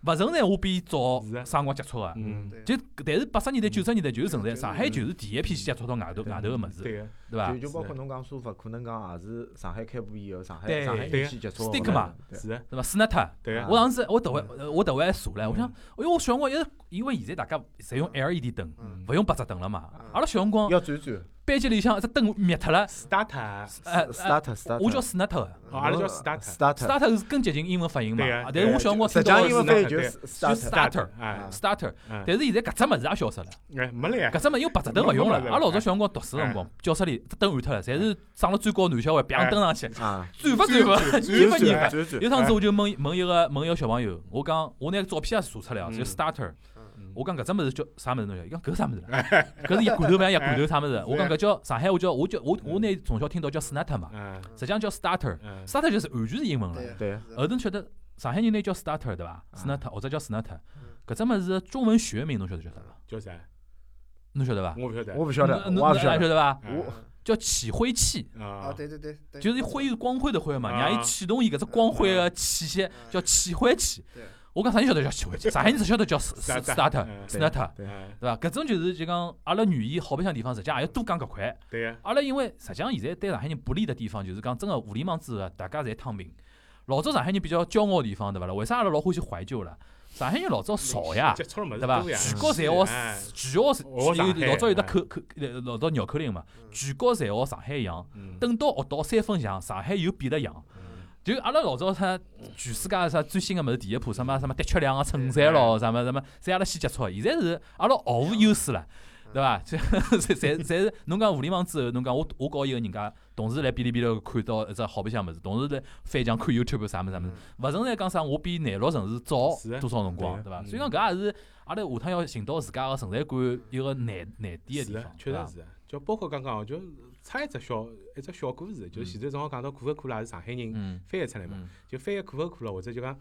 S1: 勿存在我比伊早
S2: 是啊
S1: 啥辰光接触个。
S2: 嗯，
S4: 对
S1: 就但是八十年代九十年代就是存在，
S4: 嗯
S1: 上海就是第一批先接触到外头外头个物事，
S2: 对呀，
S1: 对伐
S3: 就？就包
S2: 是
S3: 括侬讲书法，可能讲也是上海开埠以后，上海
S1: 对
S3: 上海
S2: 对
S3: 人去接触的
S1: Stick 嘛
S3: 对
S2: 是啊，
S1: 对伐？斯纳特，
S2: 对呀
S3: 啊，
S1: 我上次我特为呃我特为还查唻，我想，哎哟，我小辰光一直因为现在大家侪用 LED 灯，
S4: 嗯
S1: 勿用八只灯了嘛
S4: 嗯。
S1: 阿拉小辰光
S3: 要转转
S1: 班级里向一只灯灭脱了，
S2: ，starter，
S1: 呃，呃
S3: ，start start。
S1: 我叫斯纳特
S2: 哦，阿拉叫
S1: 啊
S3: start
S2: starter，
S3: start。
S1: ，starter 是更接近英文发音嘛
S2: 对呀。
S1: 啊但是我小辰光
S3: 实
S1: 听
S3: 际
S1: 到的
S3: 上英
S1: 是
S3: 文翻译就是
S1: 就
S3: start。
S1: starter，啊
S2: 哎，
S1: starter，
S2: 嗯
S1: 但是现在搿只物事也消失了。
S2: 哎，没 了呀，
S1: 搿只物事因为白只灯勿用了，
S2: 没没没
S1: 阿拉老早小辰光读书的辰光，教室里只灯暗脱 了，侪是上了最高男小孩，砰登上去，
S3: 啊，
S1: 转勿转勿，
S2: 转
S1: 转勿
S2: 不转
S1: 热
S2: 哎
S1: 勿。
S3: 转转。
S1: 有趟子我就问问一个问一个小朋友，我讲我拿照片也查出来哦，就
S2: 嗯
S1: starter，
S2: 嗯
S1: 我讲搿只物事叫啥物事侬晓得？伊讲搿是啥 物事啦？�只是一罐头饭，一罐头啥物事？我讲搿叫上海，我叫我叫我
S3: 嗯
S1: 我呢从小听到叫 starter 嘛，
S2: 嗯
S1: 实际上叫 starter，starter
S2: 嗯，
S1: 就是完全是英文了。
S4: 啊对
S3: 对
S4: 是
S1: 后头侬晓得上海人呢叫 starter 对伐
S3: 啊
S1: ？starter 或者叫 starter，
S4: 嗯
S1: 搿只物事中文学名侬晓得叫啥伐？
S2: 叫啥？
S1: 侬晓得伐？
S2: 我不晓得，
S3: 嗯我不晓得，
S1: 侬
S3: 我
S1: 侬
S3: 也不晓
S1: 侬
S3: 得。
S1: 晓得伐？
S2: 我
S4: 嗯
S1: 叫起灰器，
S2: 啊
S4: 啊，对对对对，
S1: 就是辉是光辉的辉嘛，
S2: 啊
S1: 让伊启动伊搿只光辉的气息，叫起灰器
S4: 对。
S1: 我讲啥人晓得叫起灰器？上海人只晓得叫 啊 s- s- starter
S2: 嗯
S1: starter，
S3: 对
S2: 哎，
S1: 对伐？搿种就是就讲阿拉语言好白相地方，实际上也要多讲搿块。
S2: 对呀，
S1: 阿拉因为实际上现在对上海人不利的地方，就是讲真个互联网之后啊，大家侪躺平。老早上海人比较骄傲的地方，对伐啦？为啥阿拉老欢喜怀旧啦？上海人老早少呀
S2: 接，触的物事
S1: 啊对伐
S2: 多呀？
S1: 全国侪
S2: 哎
S1: 学，全国
S2: 学上海嗯
S1: 有老早有得
S2: 哎
S1: 口口，呃老早绕口令嘛，全国侪学上海样。
S2: 嗯
S1: 等到学到三分像，上海又变了样。就阿拉老早啥，全世界啥最新个物事第一铺，什么什么的确量啊、衬衫咯，什么什么，侪阿拉先接触。现在是阿拉学无优势了，
S2: 嗯
S1: 对 伐？这侪侪侪是侬讲互联网之后，侬讲我我搞一个人家，同时来哔哩哔哩看到一只好白相物事，同时来翻墙看 YouTube 啥么啥么事，勿存在讲啥我比南陆城市早
S2: 嗯是的
S1: 多少辰光，
S3: 对
S1: 对伐？
S2: 嗯
S1: 所以讲搿也是阿拉下趟要寻到自家个存在感一个难难点个地
S2: 是的
S1: 方，啊
S2: 确
S1: 对伐
S2: 实是的。就包括刚刚，就插一只小一只小故事，就是前头正好讲到可口可乐也是上海人
S1: 嗯
S2: 翻译出来嘛
S1: 嗯，
S2: 就翻译可口可乐或者就讲，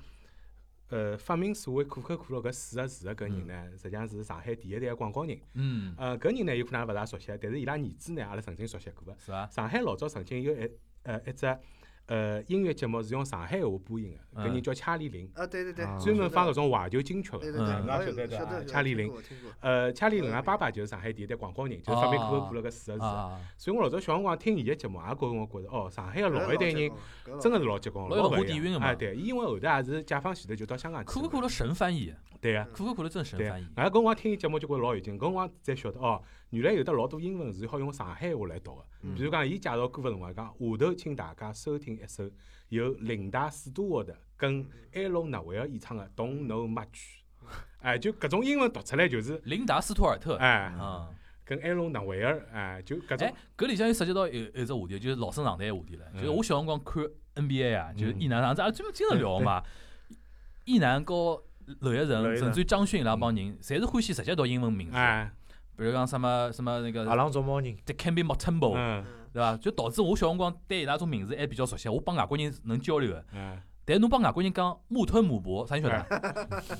S2: 呃，发明所谓可口可乐搿四个字的搿人呢，实际上是上海第一代的广告人。
S1: 嗯，
S2: 呃，搿人呢有可能勿大熟悉，但是伊拉儿子呢，阿拉曾经熟悉过个。
S1: 是伐？
S2: 上海老早曾经有一呃一只呃音乐节目是用上海话播音的，搿
S1: 嗯
S2: 人叫查理林，
S4: 啊，对对对
S3: 啊，
S2: 专门发搿
S4: 个，
S2: 种怀旧金曲
S4: 对
S2: 的。
S4: 对对，我
S1: 嗯
S2: 晓
S4: 有
S2: 得
S4: 个
S2: 的
S4: 晓
S2: 啊
S4: 得
S2: 查理林
S4: 林，我听过，
S2: 呃，查理林个爸爸就是上海第一代广告人，就是发明可口可乐�个四个字的。
S1: 啊，
S2: 所以我老早小辰光听伊个节目，也觉我觉着哦，上海个老一代人真
S4: 的
S2: 个是老结棍，
S1: 老有文化
S2: 勿一
S1: 底
S2: 样
S1: 蕴的嘛
S2: 哎，对，伊因为后头也是解放前头就到香港去了。
S1: 可口可乐神翻译，
S2: 对啊，
S1: 可口可乐真神
S2: 对
S1: 翻译，。
S2: 俺搿辰光听伊节目就觉着老有劲，搿辰光才晓得哦，原来有得老多英文是好用上海话来读个。
S1: 嗯
S2: 比如讲，伊介绍歌个辰光讲，下头请大家收听一首由林达士多沃德
S1: 嗯
S2: 跟埃隆纳维尔演唱个《Don't 啊 Know Much》，哎，就搿种英文读出来就是
S1: 琳达斯图尔特，
S2: 哎，
S1: 啊，
S2: 跟埃隆纳维尔哎，就搿种
S1: 哎，搿里向又涉及到一一只话题，就是老生常谈个话题了。就是
S2: 嗯
S1: 我小辰光看 NBA 啊，就是伊南上子，阿拉专门经常聊嘛。伊南和娄烨
S3: 娄
S1: 成，
S3: 烨
S1: 甚
S3: 成
S1: 至于张勋伊拉帮人，侪是欢喜直接读英文名字，
S2: 哎，
S1: 比如讲什么什么那个
S3: 阿。朗做猫人，
S1: The can be more temple，
S2: 嗯
S1: 对伐？就导致我小辰光对伊拉种名字还比较熟悉，我帮外国人能交流个。
S2: 嗯，
S1: 但是侬帮外国人讲木吞母伯，啥人晓得啊？
S2: 哎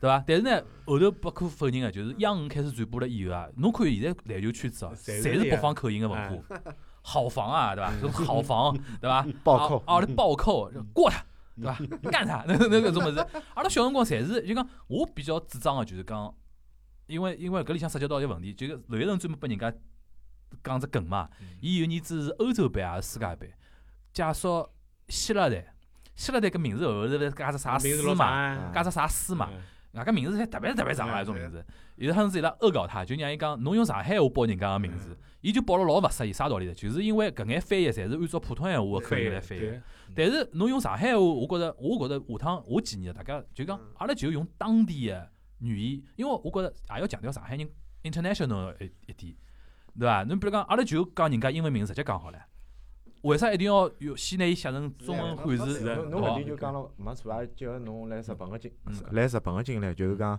S1: 对伐？但是呢，后头不可否认个，就是央视开始传播了以后啊，侬看现在篮球圈子啊，
S2: 侪是
S1: 侪
S2: 这
S1: 是北
S2: 样哎嗯
S1: 方口音个文化，好房啊，对伐？这种好房，对伐？
S3: 暴扣
S1: 啊，啊，那暴扣，过他，对 伐？干他，那那个种物事，阿拉小辰光侪是，就讲我比较主张个，就是讲，因为因为搿里向涉及到一个问题，就是刘一成专门拨人家讲只梗嘛，伊有儿子是欧洲杯还是世界杯，介绍希腊队，希腊队搿名字后头加只啥
S2: 名字
S1: 斯
S2: 老
S1: 嘛，
S2: 长啊，
S1: 加只啥斯嘛，
S2: 嗯
S1: 外加名字侪特别特别长啊，
S2: 嗯
S1: 一种名字。有的好像是伊拉恶搞他，就让伊讲侬用上海话报人家个名
S2: 嗯
S1: 字，伊就报了老勿适意，啥道理呢？就是因为搿眼翻译侪是按照普通闲话个口音来翻译
S2: 对。，
S1: 但是侬用上海话，我觉着，我觉着下趟我建议大家就讲
S4: 嗯，
S1: 阿拉就用当地个语言，因为我觉着也要强调上海人 international 一一点，对伐？侬比如讲，阿拉就讲人家英文名字直接讲好了，为啥一定要用先拿伊写成中文汉字？
S4: 是的
S1: 对
S3: 侬侬搿
S1: 伐
S3: 点就讲了没错啊，结合侬来日本个经
S1: 嗯，
S3: 来日本个经历，就是讲，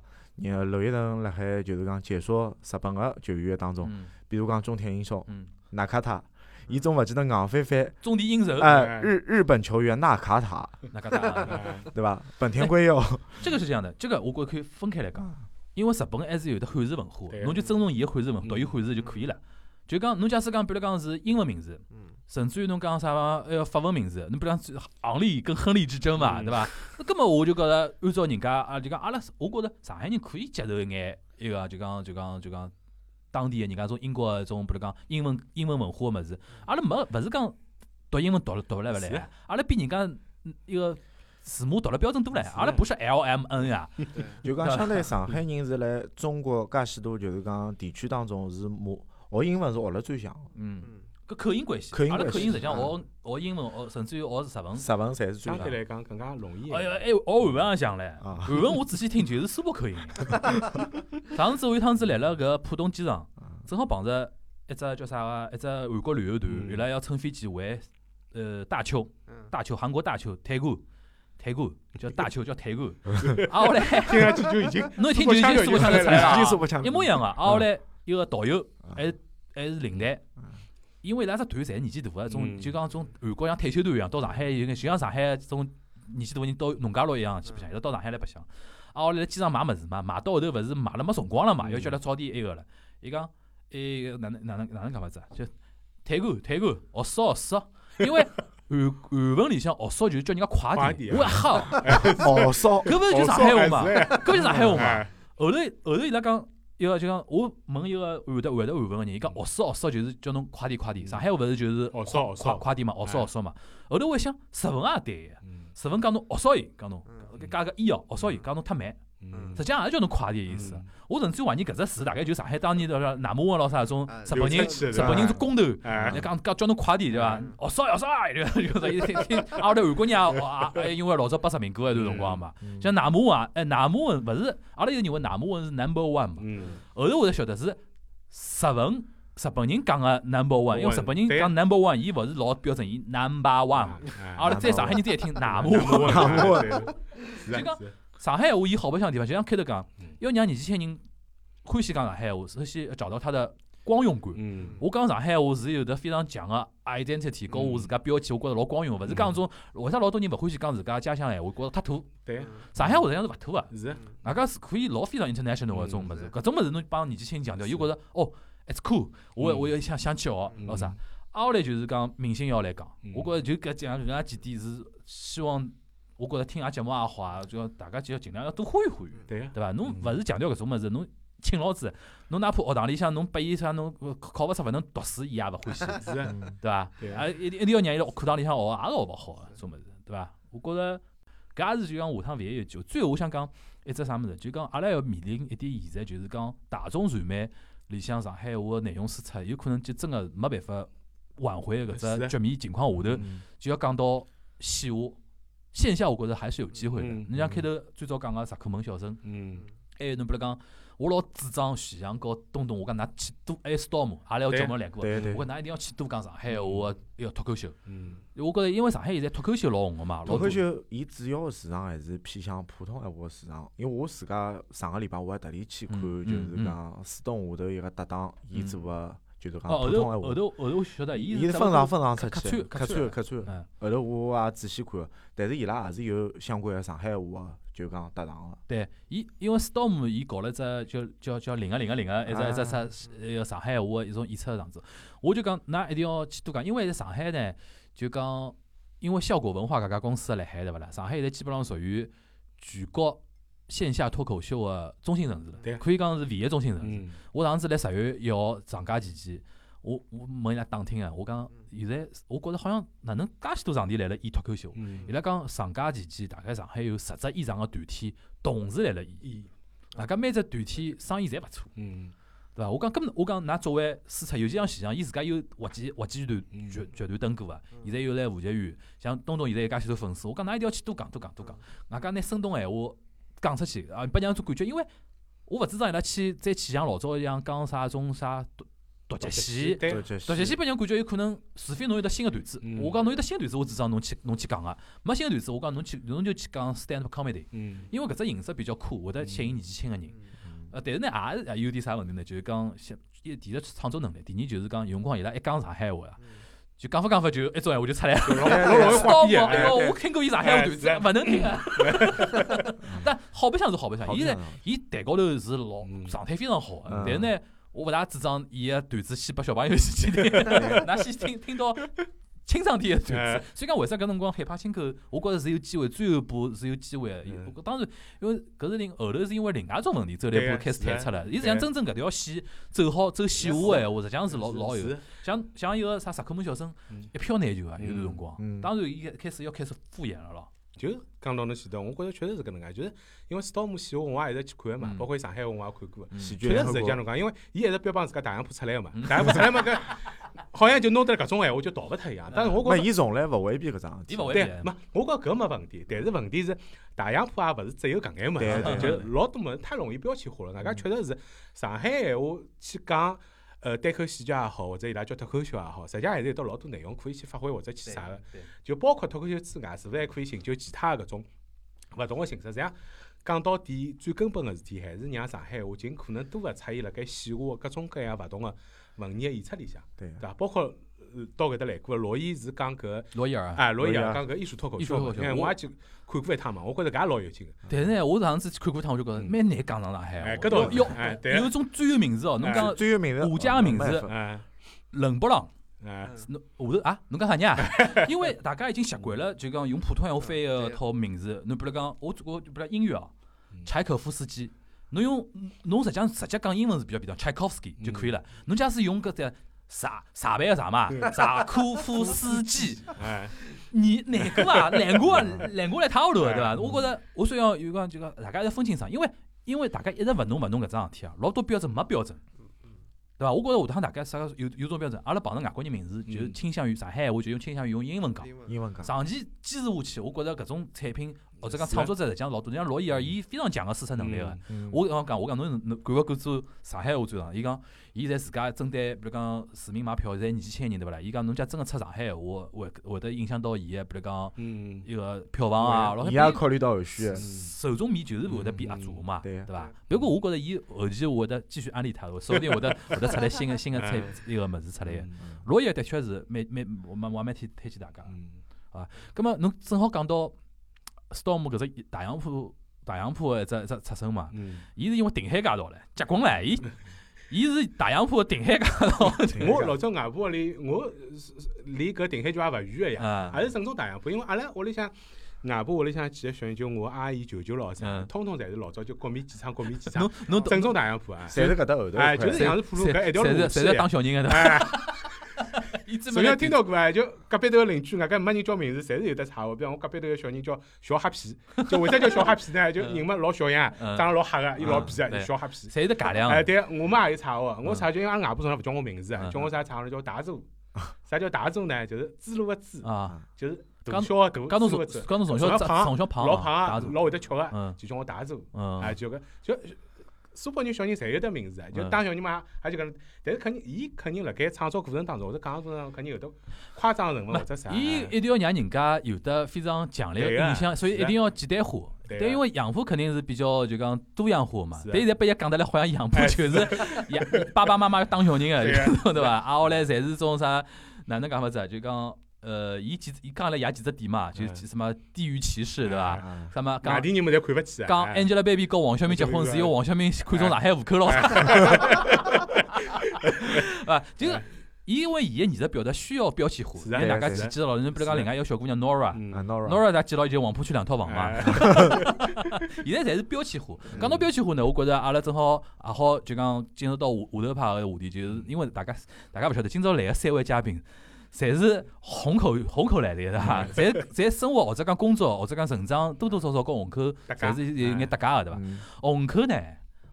S3: 呃，娄烨成辣海就是讲解说日本个球员当中，
S1: 嗯
S3: 比如讲中田英寿、
S1: 嗯，
S3: 纳卡塔，伊总勿记得硬翻翻，
S1: 中地应酬，
S3: 哎，日日本球员纳卡塔，
S1: 那搿搭。
S2: 嗯
S3: 对伐？本田圭佑，
S1: 这个是这样的，这个我觉得可以分开来讲，因为日本还是有的汉字文化
S2: 对，
S1: 侬就尊重伊个汉字文化，
S2: 嗯
S1: 读伊汉字就可以了。就讲侬假使讲，比如讲是英文名字，
S4: 嗯，
S1: 甚至于侬讲啥呃法文名字，侬比如讲是昂利跟亨利之争嘛，
S2: 嗯
S1: 对伐？那根本我就觉着按照人家啊，就讲阿拉是，我觉着上海人可以接受一眼一个就讲就讲就讲当地的人家种英国的种，比如讲英文英文文化个物事，阿拉没勿是讲读英文读了读了勿
S2: 是
S1: 来
S2: 啊，
S1: 阿拉比人家嗯一个字母读了标准多了，阿拉不是 L M N 呀。
S4: 对，
S3: 就讲相对上海人是来中国介许多就是讲地区当中是母学英文是学了最像
S1: 嗯，
S4: 嗯，
S1: 搿口音关系，
S3: 口音
S1: 阿拉
S3: 关
S1: 口
S3: 系
S1: 音实际上
S3: 嗯
S1: 学学英文，学甚至于学日
S3: 的，
S1: 文。
S3: 日文侪是最
S2: 相
S3: 像
S2: 对
S3: 的。
S2: 来讲更加容易一
S1: 哎呀，
S2: 点。
S1: 哎，学韩文也像嘞。
S3: 啊
S1: 韩文我仔细听就是苏北 口音。上次我有趟子来了搿浦东机场，
S3: 啊
S1: 正好碰着一只叫啥啊个，一只韩国旅游团，
S2: 嗯
S1: 伊拉要乘飞机回呃大邱，
S4: 嗯，
S1: 大邱韩国大邱泰国，泰国叫大邱叫 泰国。啊，我来。
S2: 听上去就已经
S1: 侬一听就已经苏北腔头出来了 啊，
S3: 已经苏北腔
S1: 一模一样个。啊，后来有个导游还是还是领队
S3: 嗯，
S1: 因为伊拉只团侪年纪大个，种
S2: 嗯
S1: 就讲种韩国像退休团一样，到上海有眼就像上海这种年纪大个人到农家乐一样去白相，伊拉到上海来白相。啊，后来来机场买物事嘛，买到后头勿是买了没辰光了嘛，
S2: 嗯
S1: 要叫伊拉早点埃个了。伊讲埃个哪能哪能哪能讲法子啊？就退股退股，学少学少，因为韩韩文里向学少就是叫人家
S2: 快
S1: 快点。
S2: 点
S1: 我靠，
S3: 哦，骚，
S1: 搿勿是就上哦海话嘛？
S2: 哎
S1: 搿勿是上海话嘛？
S2: 哎
S1: 后头后头伊拉讲，一个就讲我问一个会得会得韩文个人，伊讲学少学少就是叫侬快点快点，上海话勿是就是
S2: 学少学
S1: 快
S2: 少
S1: 快点嘛，学少学少嘛。后头我一想，日文也对个，
S2: 嗯
S1: 十分讲侬学少伊，讲侬
S4: 嗯
S1: 搿加个哦医药学少伊，讲侬太慢，
S2: 嗯
S1: 实际上也叫侬快点意思
S2: 嗯。
S1: 我甚至怀疑搿只词大概就上海当年的那马文咯啥那种
S4: 啊
S1: 日本人
S2: 流出去的
S1: 日本人做工头，
S2: 哎
S1: 人家讲讲叫侬快点对哦伐
S4: 嗯？
S1: 学少学少，对伐？啊 就是一天天啊，我哋韩国人也学啊，哎因为老早八十民国一段辰光嘛，
S3: 嗯
S1: 像纳摩文啊，哎纳摩文勿是，阿拉一直认为纳摩文是 number one 嘛，
S2: 嗯，
S1: 后头我才晓得是日文日本人讲个 number one，因为日本人
S2: 对
S1: 讲 number one，伊勿是老标准，伊 number one 嘛。阿
S2: 啊
S1: 拉在上海人再一听纳摩文。
S2: 我我，是
S1: 就讲
S2: 啊是啊
S1: 上海话伊好白相的地方，就像开头讲
S2: 嗯，
S1: 要让年纪轻人欢喜讲上海话，首先要找到它的光荣感。
S2: 嗯
S1: 我讲上海话是有得非常强的 identity，跟我自
S2: 嗯
S1: 家标签，我觉着老光荣的，勿是讲那种为啥老多人勿欢喜讲自家家乡闲话，觉着太土。
S2: 对
S1: 上海话实际上是勿土的，
S2: 是啊
S4: 嗯
S1: 外加是可以老非常 international 的
S2: 嗯
S1: 搿种物事
S4: 是。
S1: 搿种物事侬帮年纪轻人强调，伊
S2: 是
S1: 觉着哦，it's cool，我
S2: 嗯
S1: 我要想想去学，老啥
S2: 嗯。
S1: 挨下来就是讲明星要来讲
S2: 嗯，
S1: 我觉着就搿讲搿样几点是希望，我觉着听阿节目也好啊，就大家就要尽量要多欢喜欢喜。
S2: 对啊
S1: 对伐？侬
S2: 嗯
S1: 勿是强调搿种物事，侬请老子，侬哪怕学堂里向侬拨伊啥侬呃考考勿出勿能读书，伊也勿欢喜，对
S2: 是啊，
S3: 嗯
S1: 伐？
S2: 对啊
S1: 啊，一定一定要让伊辣课堂里向学，也是学勿好个种物事，对伐？我觉着搿也是就讲下趟万一有救。最后我想讲一只啥物事，就讲阿拉要面临一点现在，就是讲大众传媒里向上海话个内容输出，有可能就真个没办法挽回搿
S2: 是的
S1: 只局面情况下头，
S3: 嗯
S1: 就要讲到线下。线下我觉着还是有机会的。
S2: 嗯
S1: 你像开头最早讲个石克门小生，
S2: 嗯
S1: 还哎有侬比如讲，我老主张徐阳和东东，我讲㑚去多，还有 storm，阿拉有节目来过，
S3: 对对
S1: 我讲㑚一定要去多讲上海话的一个脱口秀。
S2: 嗯
S1: 我觉着因为上海现在脱口秀老红个嘛，
S3: 脱
S1: 老
S3: 口
S1: 多
S3: 秀伊主要的市场还是偏向普通闲话的市场，因为我自家上个礼拜我还特地去看，
S1: 嗯
S3: 就是
S1: 嗯
S3: 讲树洞下头一个搭档，伊
S1: 嗯
S3: 做个就是讲
S1: 哦，后
S3: 啊普
S1: 头
S3: 通闲
S1: 后
S3: 话，
S1: 头后头我晓得，伊
S3: 伊
S1: 是
S3: 是分
S1: 上
S3: 场分场出
S1: 客
S3: 去的，
S1: 客
S3: 客
S1: 串
S3: 串
S1: 的
S3: 客串的。
S1: 嗯，
S3: 后头我也仔细看的，但是伊拉也是有相关的上海话的，就讲搭档的。
S1: 对，伊因为 storm 伊搞了一只叫叫叫零个零个零个一只一只
S3: 啊
S1: 啥那个上海话的一种演出场子，我就讲㑚一定要去多讲，因为在上海呢，就讲因为效果文化搿家公司辣海对勿啦？上海现在基本上属于全国线下脱口秀的中心城市
S2: 对啊
S1: 了，可以讲是唯一中心城市。
S2: 嗯
S1: 我上次来十月一号长假期间，我我问伊拉打听啊，我
S2: 嗯
S1: 讲现在我觉着好像哪能介许多场地来了演脱口秀？
S2: 嗯
S1: 伊，拉讲长假期间，大概上海有十只以上的团体同时来了演，
S2: 一
S1: 大家每只团体生意侪勿错，
S2: 嗯
S1: 对伐？我讲根本，我讲㑚作为输出，尤其像徐翔，伊自家有滑稽滑稽团
S2: 嗯
S1: 剧剧团登过个，现在又来吴杰宇，像东东现在有介许多粉丝，我讲㑚一定要去多讲多讲多讲，外加拿生动闲话讲出去，啊，拨人家种感觉，因为我勿主张伊拉去再去像老早一样讲啥种啥独独角戏。
S2: 对
S3: 就，这
S1: 独角
S3: 些
S1: 戏拨人感觉有可能，除非侬有得新个段子
S2: 嗯。
S1: 我讲侬有得新个段子，我主张侬去侬去讲个；啊没新个段子，我讲侬去侬就去讲 stand up comedy，
S2: 嗯
S1: 因为搿只形式比较酷，会得吸引年纪轻个人。
S3: 嗯
S1: 呃，但是呢，也是有点啥问题呢？就是讲，先一第一创作能力，第二就是讲，有辰光伊拉一讲上海话
S2: 嗯
S1: 啊，就讲法讲法就一种闲话就出 来了。
S2: 老老容易画
S1: 到
S2: 皮
S1: 我，哎呦，
S2: 哎，
S1: 我听过伊上海话段子，
S2: 哎
S1: 勿能听 啊。 但好白相是好白相，
S3: 好
S1: 伊
S3: 像
S1: 呢，伊台高头是老
S2: 嗯
S1: 状态非常好的，
S3: 嗯
S1: 但是呢，我勿大主张伊个段子先拨小朋友先去听， 㑚先听听到清爽点个段
S2: 哎
S1: 子。所以讲，为啥搿辰光海派青口，我觉着是有机会，最后一步是有机会的
S2: 嗯。
S1: 有当然，因为搿是另后头是因为另外一种问题，周立
S2: 对啊
S1: 波开始
S2: 是啊
S1: 退出了。伊实际
S2: 对啊
S1: 上真正搿条线走好走线下个闲话，实际上是老老有
S2: 是。
S1: 像像一个啥石克门小生
S2: 嗯，
S1: 一票难求啊，
S2: 嗯
S1: 有段辰光
S3: 嗯。
S1: 当然，伊开始要开始敷衍了咯。
S2: 就讲到侬前头，我觉着确实是搿能介，就是因为 storm 戏我我也一直去看个嘛，
S1: 嗯
S2: 包括上海话我也看过个，
S3: 喜剧
S2: 确
S3: 联
S2: 实是
S3: 合
S2: 像
S3: 国，
S2: 侬讲，因为伊一直标榜自家大洋浦出来个嘛
S1: 嗯，
S2: 大洋浦出来嘛搿 好像就弄得搿种闲话就逃勿脱一样，但是我觉
S3: 没
S2: 着。
S3: 伊从来勿回避搿桩事体
S1: 伊。勿会
S2: 对
S1: 变，
S2: 没，我觉搿没问题，但是问题是，大洋浦也勿是只有搿眼物
S3: 对
S2: 事，
S3: 对
S2: 就是
S1: 对
S2: 老多物事太容易标签化了。外加确实是上海闲话去讲，呃，单口喜剧也好，或者伊拉叫脱口秀也好，实际上还是有得老多内容可以去发挥或者去啥个。
S1: 对
S2: 就包括脱口秀之外，是勿是还可以寻求其他的搿种勿同的形式？实际上，讲到底，最根本的事体还是让上海话尽可能多个出现辣盖线下的各种各样勿同的文艺的演出里向，
S3: 对
S2: 对伐？包括呃到搿搭来过的罗伊是讲搿
S1: 罗伊尔啊。
S2: 啊，罗伊
S3: 罗伊
S2: 也
S3: 啊
S2: 讲搿艺术脱口
S1: 艺术
S2: 秀
S1: 脱口，
S2: 嘛
S1: 秀
S2: 因为我
S1: 我
S2: 也去看过一趟嘛，我觉着搿也老有劲的。
S1: 但是呢，我上次去看过一趟，我就觉着蛮难讲上上海话。
S2: 嗯哎搿倒是
S1: 要
S2: 哎对哎
S1: 要啊有一种专有名词哦，侬讲
S3: 最有名字，
S1: 武家名字
S3: 没办法
S2: 嗯
S1: 冷不冷，
S2: 嗯
S1: 侬下头啊，侬讲啥人 啊？因为大家已经习惯了，就讲用普通闲话翻译个套名字。侬比如讲，我我比如讲音乐哦
S2: 嗯，
S1: 柴可夫斯基。侬用侬实际上直接讲英文是比较便当，Tchaikovsky 就可以了。侬假使用搿只啥啥办个啥 嘛，啥科夫斯基，
S2: 哎，
S1: 你难过啊，难过啊，难过了一塌糊涂，对伐？我觉着，我所以讲有讲就讲，大家要分清爽，因为因为大家一直勿弄勿弄搿桩事体啊，老多标准没标准，对伐？我觉着下趟大家啥个有有种标准，阿拉碰着外国人名字就倾向于上海话，就用倾向于用英文讲。
S4: 英文
S3: 英文讲，
S1: 长期坚持下去，我觉着搿种产品或者讲创作者实际上老多，像罗伊尔，伊非常强个输出能力啊个。
S3: 嗯
S1: 我刚讲，我讲侬能能敢勿敢做上海话转场？伊讲，伊在自家针对，比如讲市民买票，侪年纪轻人对勿啦？伊讲侬假真个出上海话，会会得影响到伊个，比如讲
S2: 嗯，
S1: 伊个票房啊，老
S3: 伊也
S1: 些。
S3: 考虑到后续，
S1: 受众面就是会得变压榨嘛，
S3: 嗯对嗯
S1: 对伐？不过我觉着伊后期会得继续安利他，说不定会得会得出来新个新个产
S3: 嗯
S1: 一个物事出来个。罗伊尔的确是蛮蛮，我蛮我蛮推推荐大家。
S2: 嗯，
S1: 咁么侬正好讲到 Storm 搿只大洋铺大洋铺的一只一只出身嘛，
S2: 嗯，
S1: 伊是因为定海街道唻，结棍唻，伊伊是大洋铺的定海街道
S2: 我老早外婆屋里，我是是离搿定海桥也勿远个呀，
S1: 啊
S2: 也是正宗大洋铺，因为阿拉屋里向。外婆屋里向几个小人，就我阿姨、舅舅老啥，
S1: 嗯
S2: 通通侪是老早就国米机厂、国米机厂
S1: 侬，侬懂
S2: 正宗大洋 铺啊，
S3: 侪是搿搭后头
S2: 哎
S3: 一块
S2: 就是
S1: 侪
S2: 杨氏铺路搿一条
S1: 侪
S2: 路
S1: 是
S2: 是
S1: 侪是
S2: 呀
S1: 当小人个对伐？
S2: 哎，
S1: 伊专
S2: 从
S1: 门
S2: 小
S1: 来
S2: 听到过啊，就隔壁头个邻居，外加没人叫名字，侪是有得差个。比方我隔壁头个小人叫小黑 皮，就为啥叫小黑皮呢？就人嘛老小样，啊
S1: 嗯
S2: 长得老黑个，伊老皮
S1: 嗯对
S2: 个，小黑皮。
S1: 侪是假量
S2: 哎，
S1: 个，
S2: 对，我妈也有差个，我差就因为阿拉外婆从来勿叫我名字啊
S1: 嗯，
S2: 叫我啥差呢？叫大 柱。啥叫大柱呢？就是猪猡个猪，
S1: 啊。
S2: 就是大
S1: 刚
S2: 小个大，
S1: 讲侬
S2: 猪
S1: 从
S2: 个猪，
S1: 讲侬从小
S2: 从小胖
S1: 从小胖
S2: 老
S1: 嘛
S2: 胖
S1: 啊打
S2: 个
S1: 赌，
S2: 老会得吃个，
S1: 嗯
S2: 就叫我大柱。哎，
S1: 嗯
S2: 就搿就苏北人小人侪有得名字啊，就
S1: 嗯
S2: 当小人嘛，也就讲，但是肯定伊肯定辣盖创作过程当中，或者讲过程当中肯定有得夸张成分或者啥。
S1: 伊
S2: 哎
S1: 一定要让人家有得非常强烈
S2: 对
S1: 的
S2: 啊
S1: 印象，所以
S2: 是
S1: 一
S2: 啊
S1: 定要简单化。
S2: 对啊
S1: 但因为杨浦肯定是比较就讲多样化嘛，
S2: 是啊哎啊
S1: 但现在被伊讲得来好像杨浦就是 杨爸爸妈妈当小人
S2: 对啊
S1: 个，对伐？啊，后来侪是种啥哪能讲法子啊？就讲呃，伊几伊讲了也几只点嘛，就是
S2: 嗯哎
S1: 几什么地域歧视对伐？
S3: 啊
S1: 什么
S2: 外
S1: 讲
S2: 地人么侪看勿起啊。
S1: 讲
S2: 哎
S1: Angelababy 跟黄晓明结婚是因为黄晓明看中上海户口咯，
S2: 哎
S1: 啊， 就是因为伊个艺术表达需要标签化，
S2: 是
S1: 因
S2: 啊
S1: 为大家
S3: 是
S1: 记
S2: 啊
S1: 记牢了，侬比如讲
S2: 是啊
S1: 另外一个小姑娘 Nora。
S2: 嗯
S3: 啊，Nora，
S1: Nora 她记牢以前黄浦区两套房嘛，
S2: 哎
S1: 现在侪是标签化。讲
S3: 嗯
S1: 到标签化呢，我觉着阿拉正好也好，就讲进入到下下头派个话题，就是因为大家大家勿晓得，今朝来个三位嘉宾，侪是虹口虹口来的，对伐？
S3: 嗯
S1: 侪侪生活或者讲工作或者讲成长，多多少少跟虹口
S2: 搭
S1: 侪
S2: 界
S1: 是有眼搭界个，对伐？
S3: 嗯
S1: 虹口呢，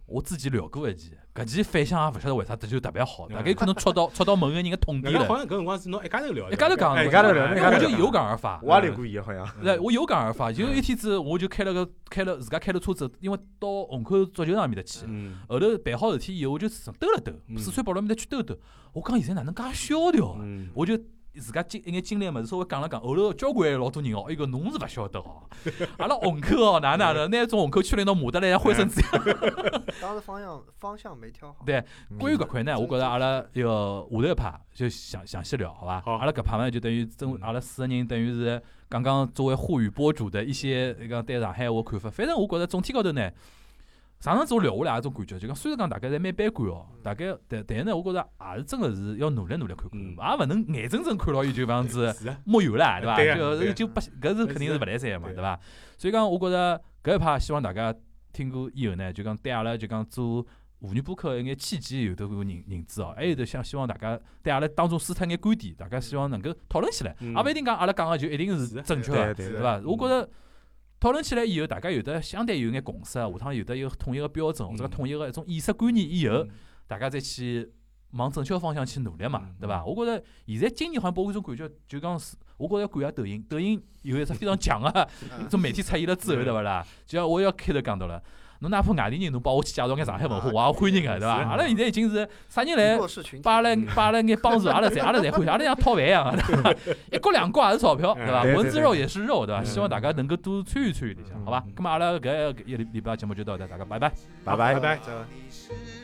S1: 我之前聊过一期，搿期反响也勿晓得为啥得就特别好，大概可能戳到戳到某个人个痛
S2: 人
S1: 点
S2: 家好
S1: 了。
S2: 像搿辰光是侬一家头聊的，
S1: 一家头讲
S2: 哎
S1: 的
S2: 一家头
S3: 嗯一
S2: 聊的，
S3: 家
S1: 啊那我
S3: 头聊
S1: 就
S3: 的
S1: 有感而发，
S3: 我也啊来过伊，好像
S1: 对，我有感而发，就有一天子我就开了个开了自家开了车子，因为到虹口足球场埃面搭去，
S2: 嗯
S1: 后头办好事体以后，我就上兜了兜，
S2: 嗯
S1: 四川宝路埃面搭去兜兜。我讲现在哪能介萧条啊？
S2: 嗯，
S1: 我就自家经一眼经历么子稍微讲了讲，后头交关老多人哦，哎个侬是勿晓得哦， 阿拉虹口哦哪哪的，拿从虹口区领到马德来灰尘子
S4: 当时方向方向没挑好。
S1: 对关于搿块呢，我
S4: 真
S1: 觉着阿拉一个下头一趴就详详细聊，好伐？
S2: 好嗯
S1: 阿拉搿趴嘛就等于真，阿拉四个人等于是刚刚作为沪语博主的一些一个对上海话看法。反正我觉着总体高头呢，上趟子我聊下来也种感觉，就讲虽然讲大家侪蛮悲观
S2: 嗯
S1: 哦，大概但但是呢，我觉着也是真个是要努力努力看
S2: 嗯
S1: 看，也勿能眼睁睁看牢伊就搿样子。
S2: 是啊，
S1: 没有啦，对伐？
S2: 对呀
S1: 就
S2: 对呀
S1: 就不搿是肯定是勿来三个嘛，
S2: 对
S1: 对伐？所以讲，我觉着搿一趴希望大家听过以后呢，就讲对阿拉就讲做妇女播客一眼契机有得个认认知哦，还有得想希望大家对阿拉当中输出眼观点，大家希望能够讨论起来，
S2: 嗯
S1: 也勿一定讲阿拉讲个就一定
S2: 是
S1: 是
S2: 啊
S1: 正确
S3: 对
S1: 个，
S3: 对
S2: 是
S1: 对
S2: 啊
S1: 伐？我觉着。讨论起来以后，大家有的相对有眼共识，啊下趟有的有统一个标准，或者
S2: 嗯
S1: 统一个一种意识观念以后，
S2: 嗯
S1: 大家再去往正确方向去努力嘛
S2: 嗯，
S1: 对伐？我觉着现在今年好像拨我一种感觉，就讲是，我觉着要感谢抖音，抖音有一只非常强 个
S4: 嗯，
S1: 种媒体出现了之后，对勿
S2: 嗯
S1: 啦？就像我要开头讲到了，侬哪怕外地人，侬帮我去介绍眼上海文化，我也欢迎啊个，对伐？
S2: 是
S1: 阿拉现在已经是啥人来
S4: 弱势群体
S1: 把阿拉把阿拉眼帮助，阿拉侪阿拉侪欢喜，阿拉像讨饭一样，对伐？一锅两锅也是钞票，对伐？
S3: 嗯对
S1: 蚊子
S3: 对
S1: 肉也是肉，对伐？
S2: 嗯
S1: 希望大家能够多参与参与里向，好吧？咁么阿拉搿一个一礼拜节目就到这，大家拜拜。
S3: 拜拜
S2: 拜。拜
S4: 再会
S5: 你是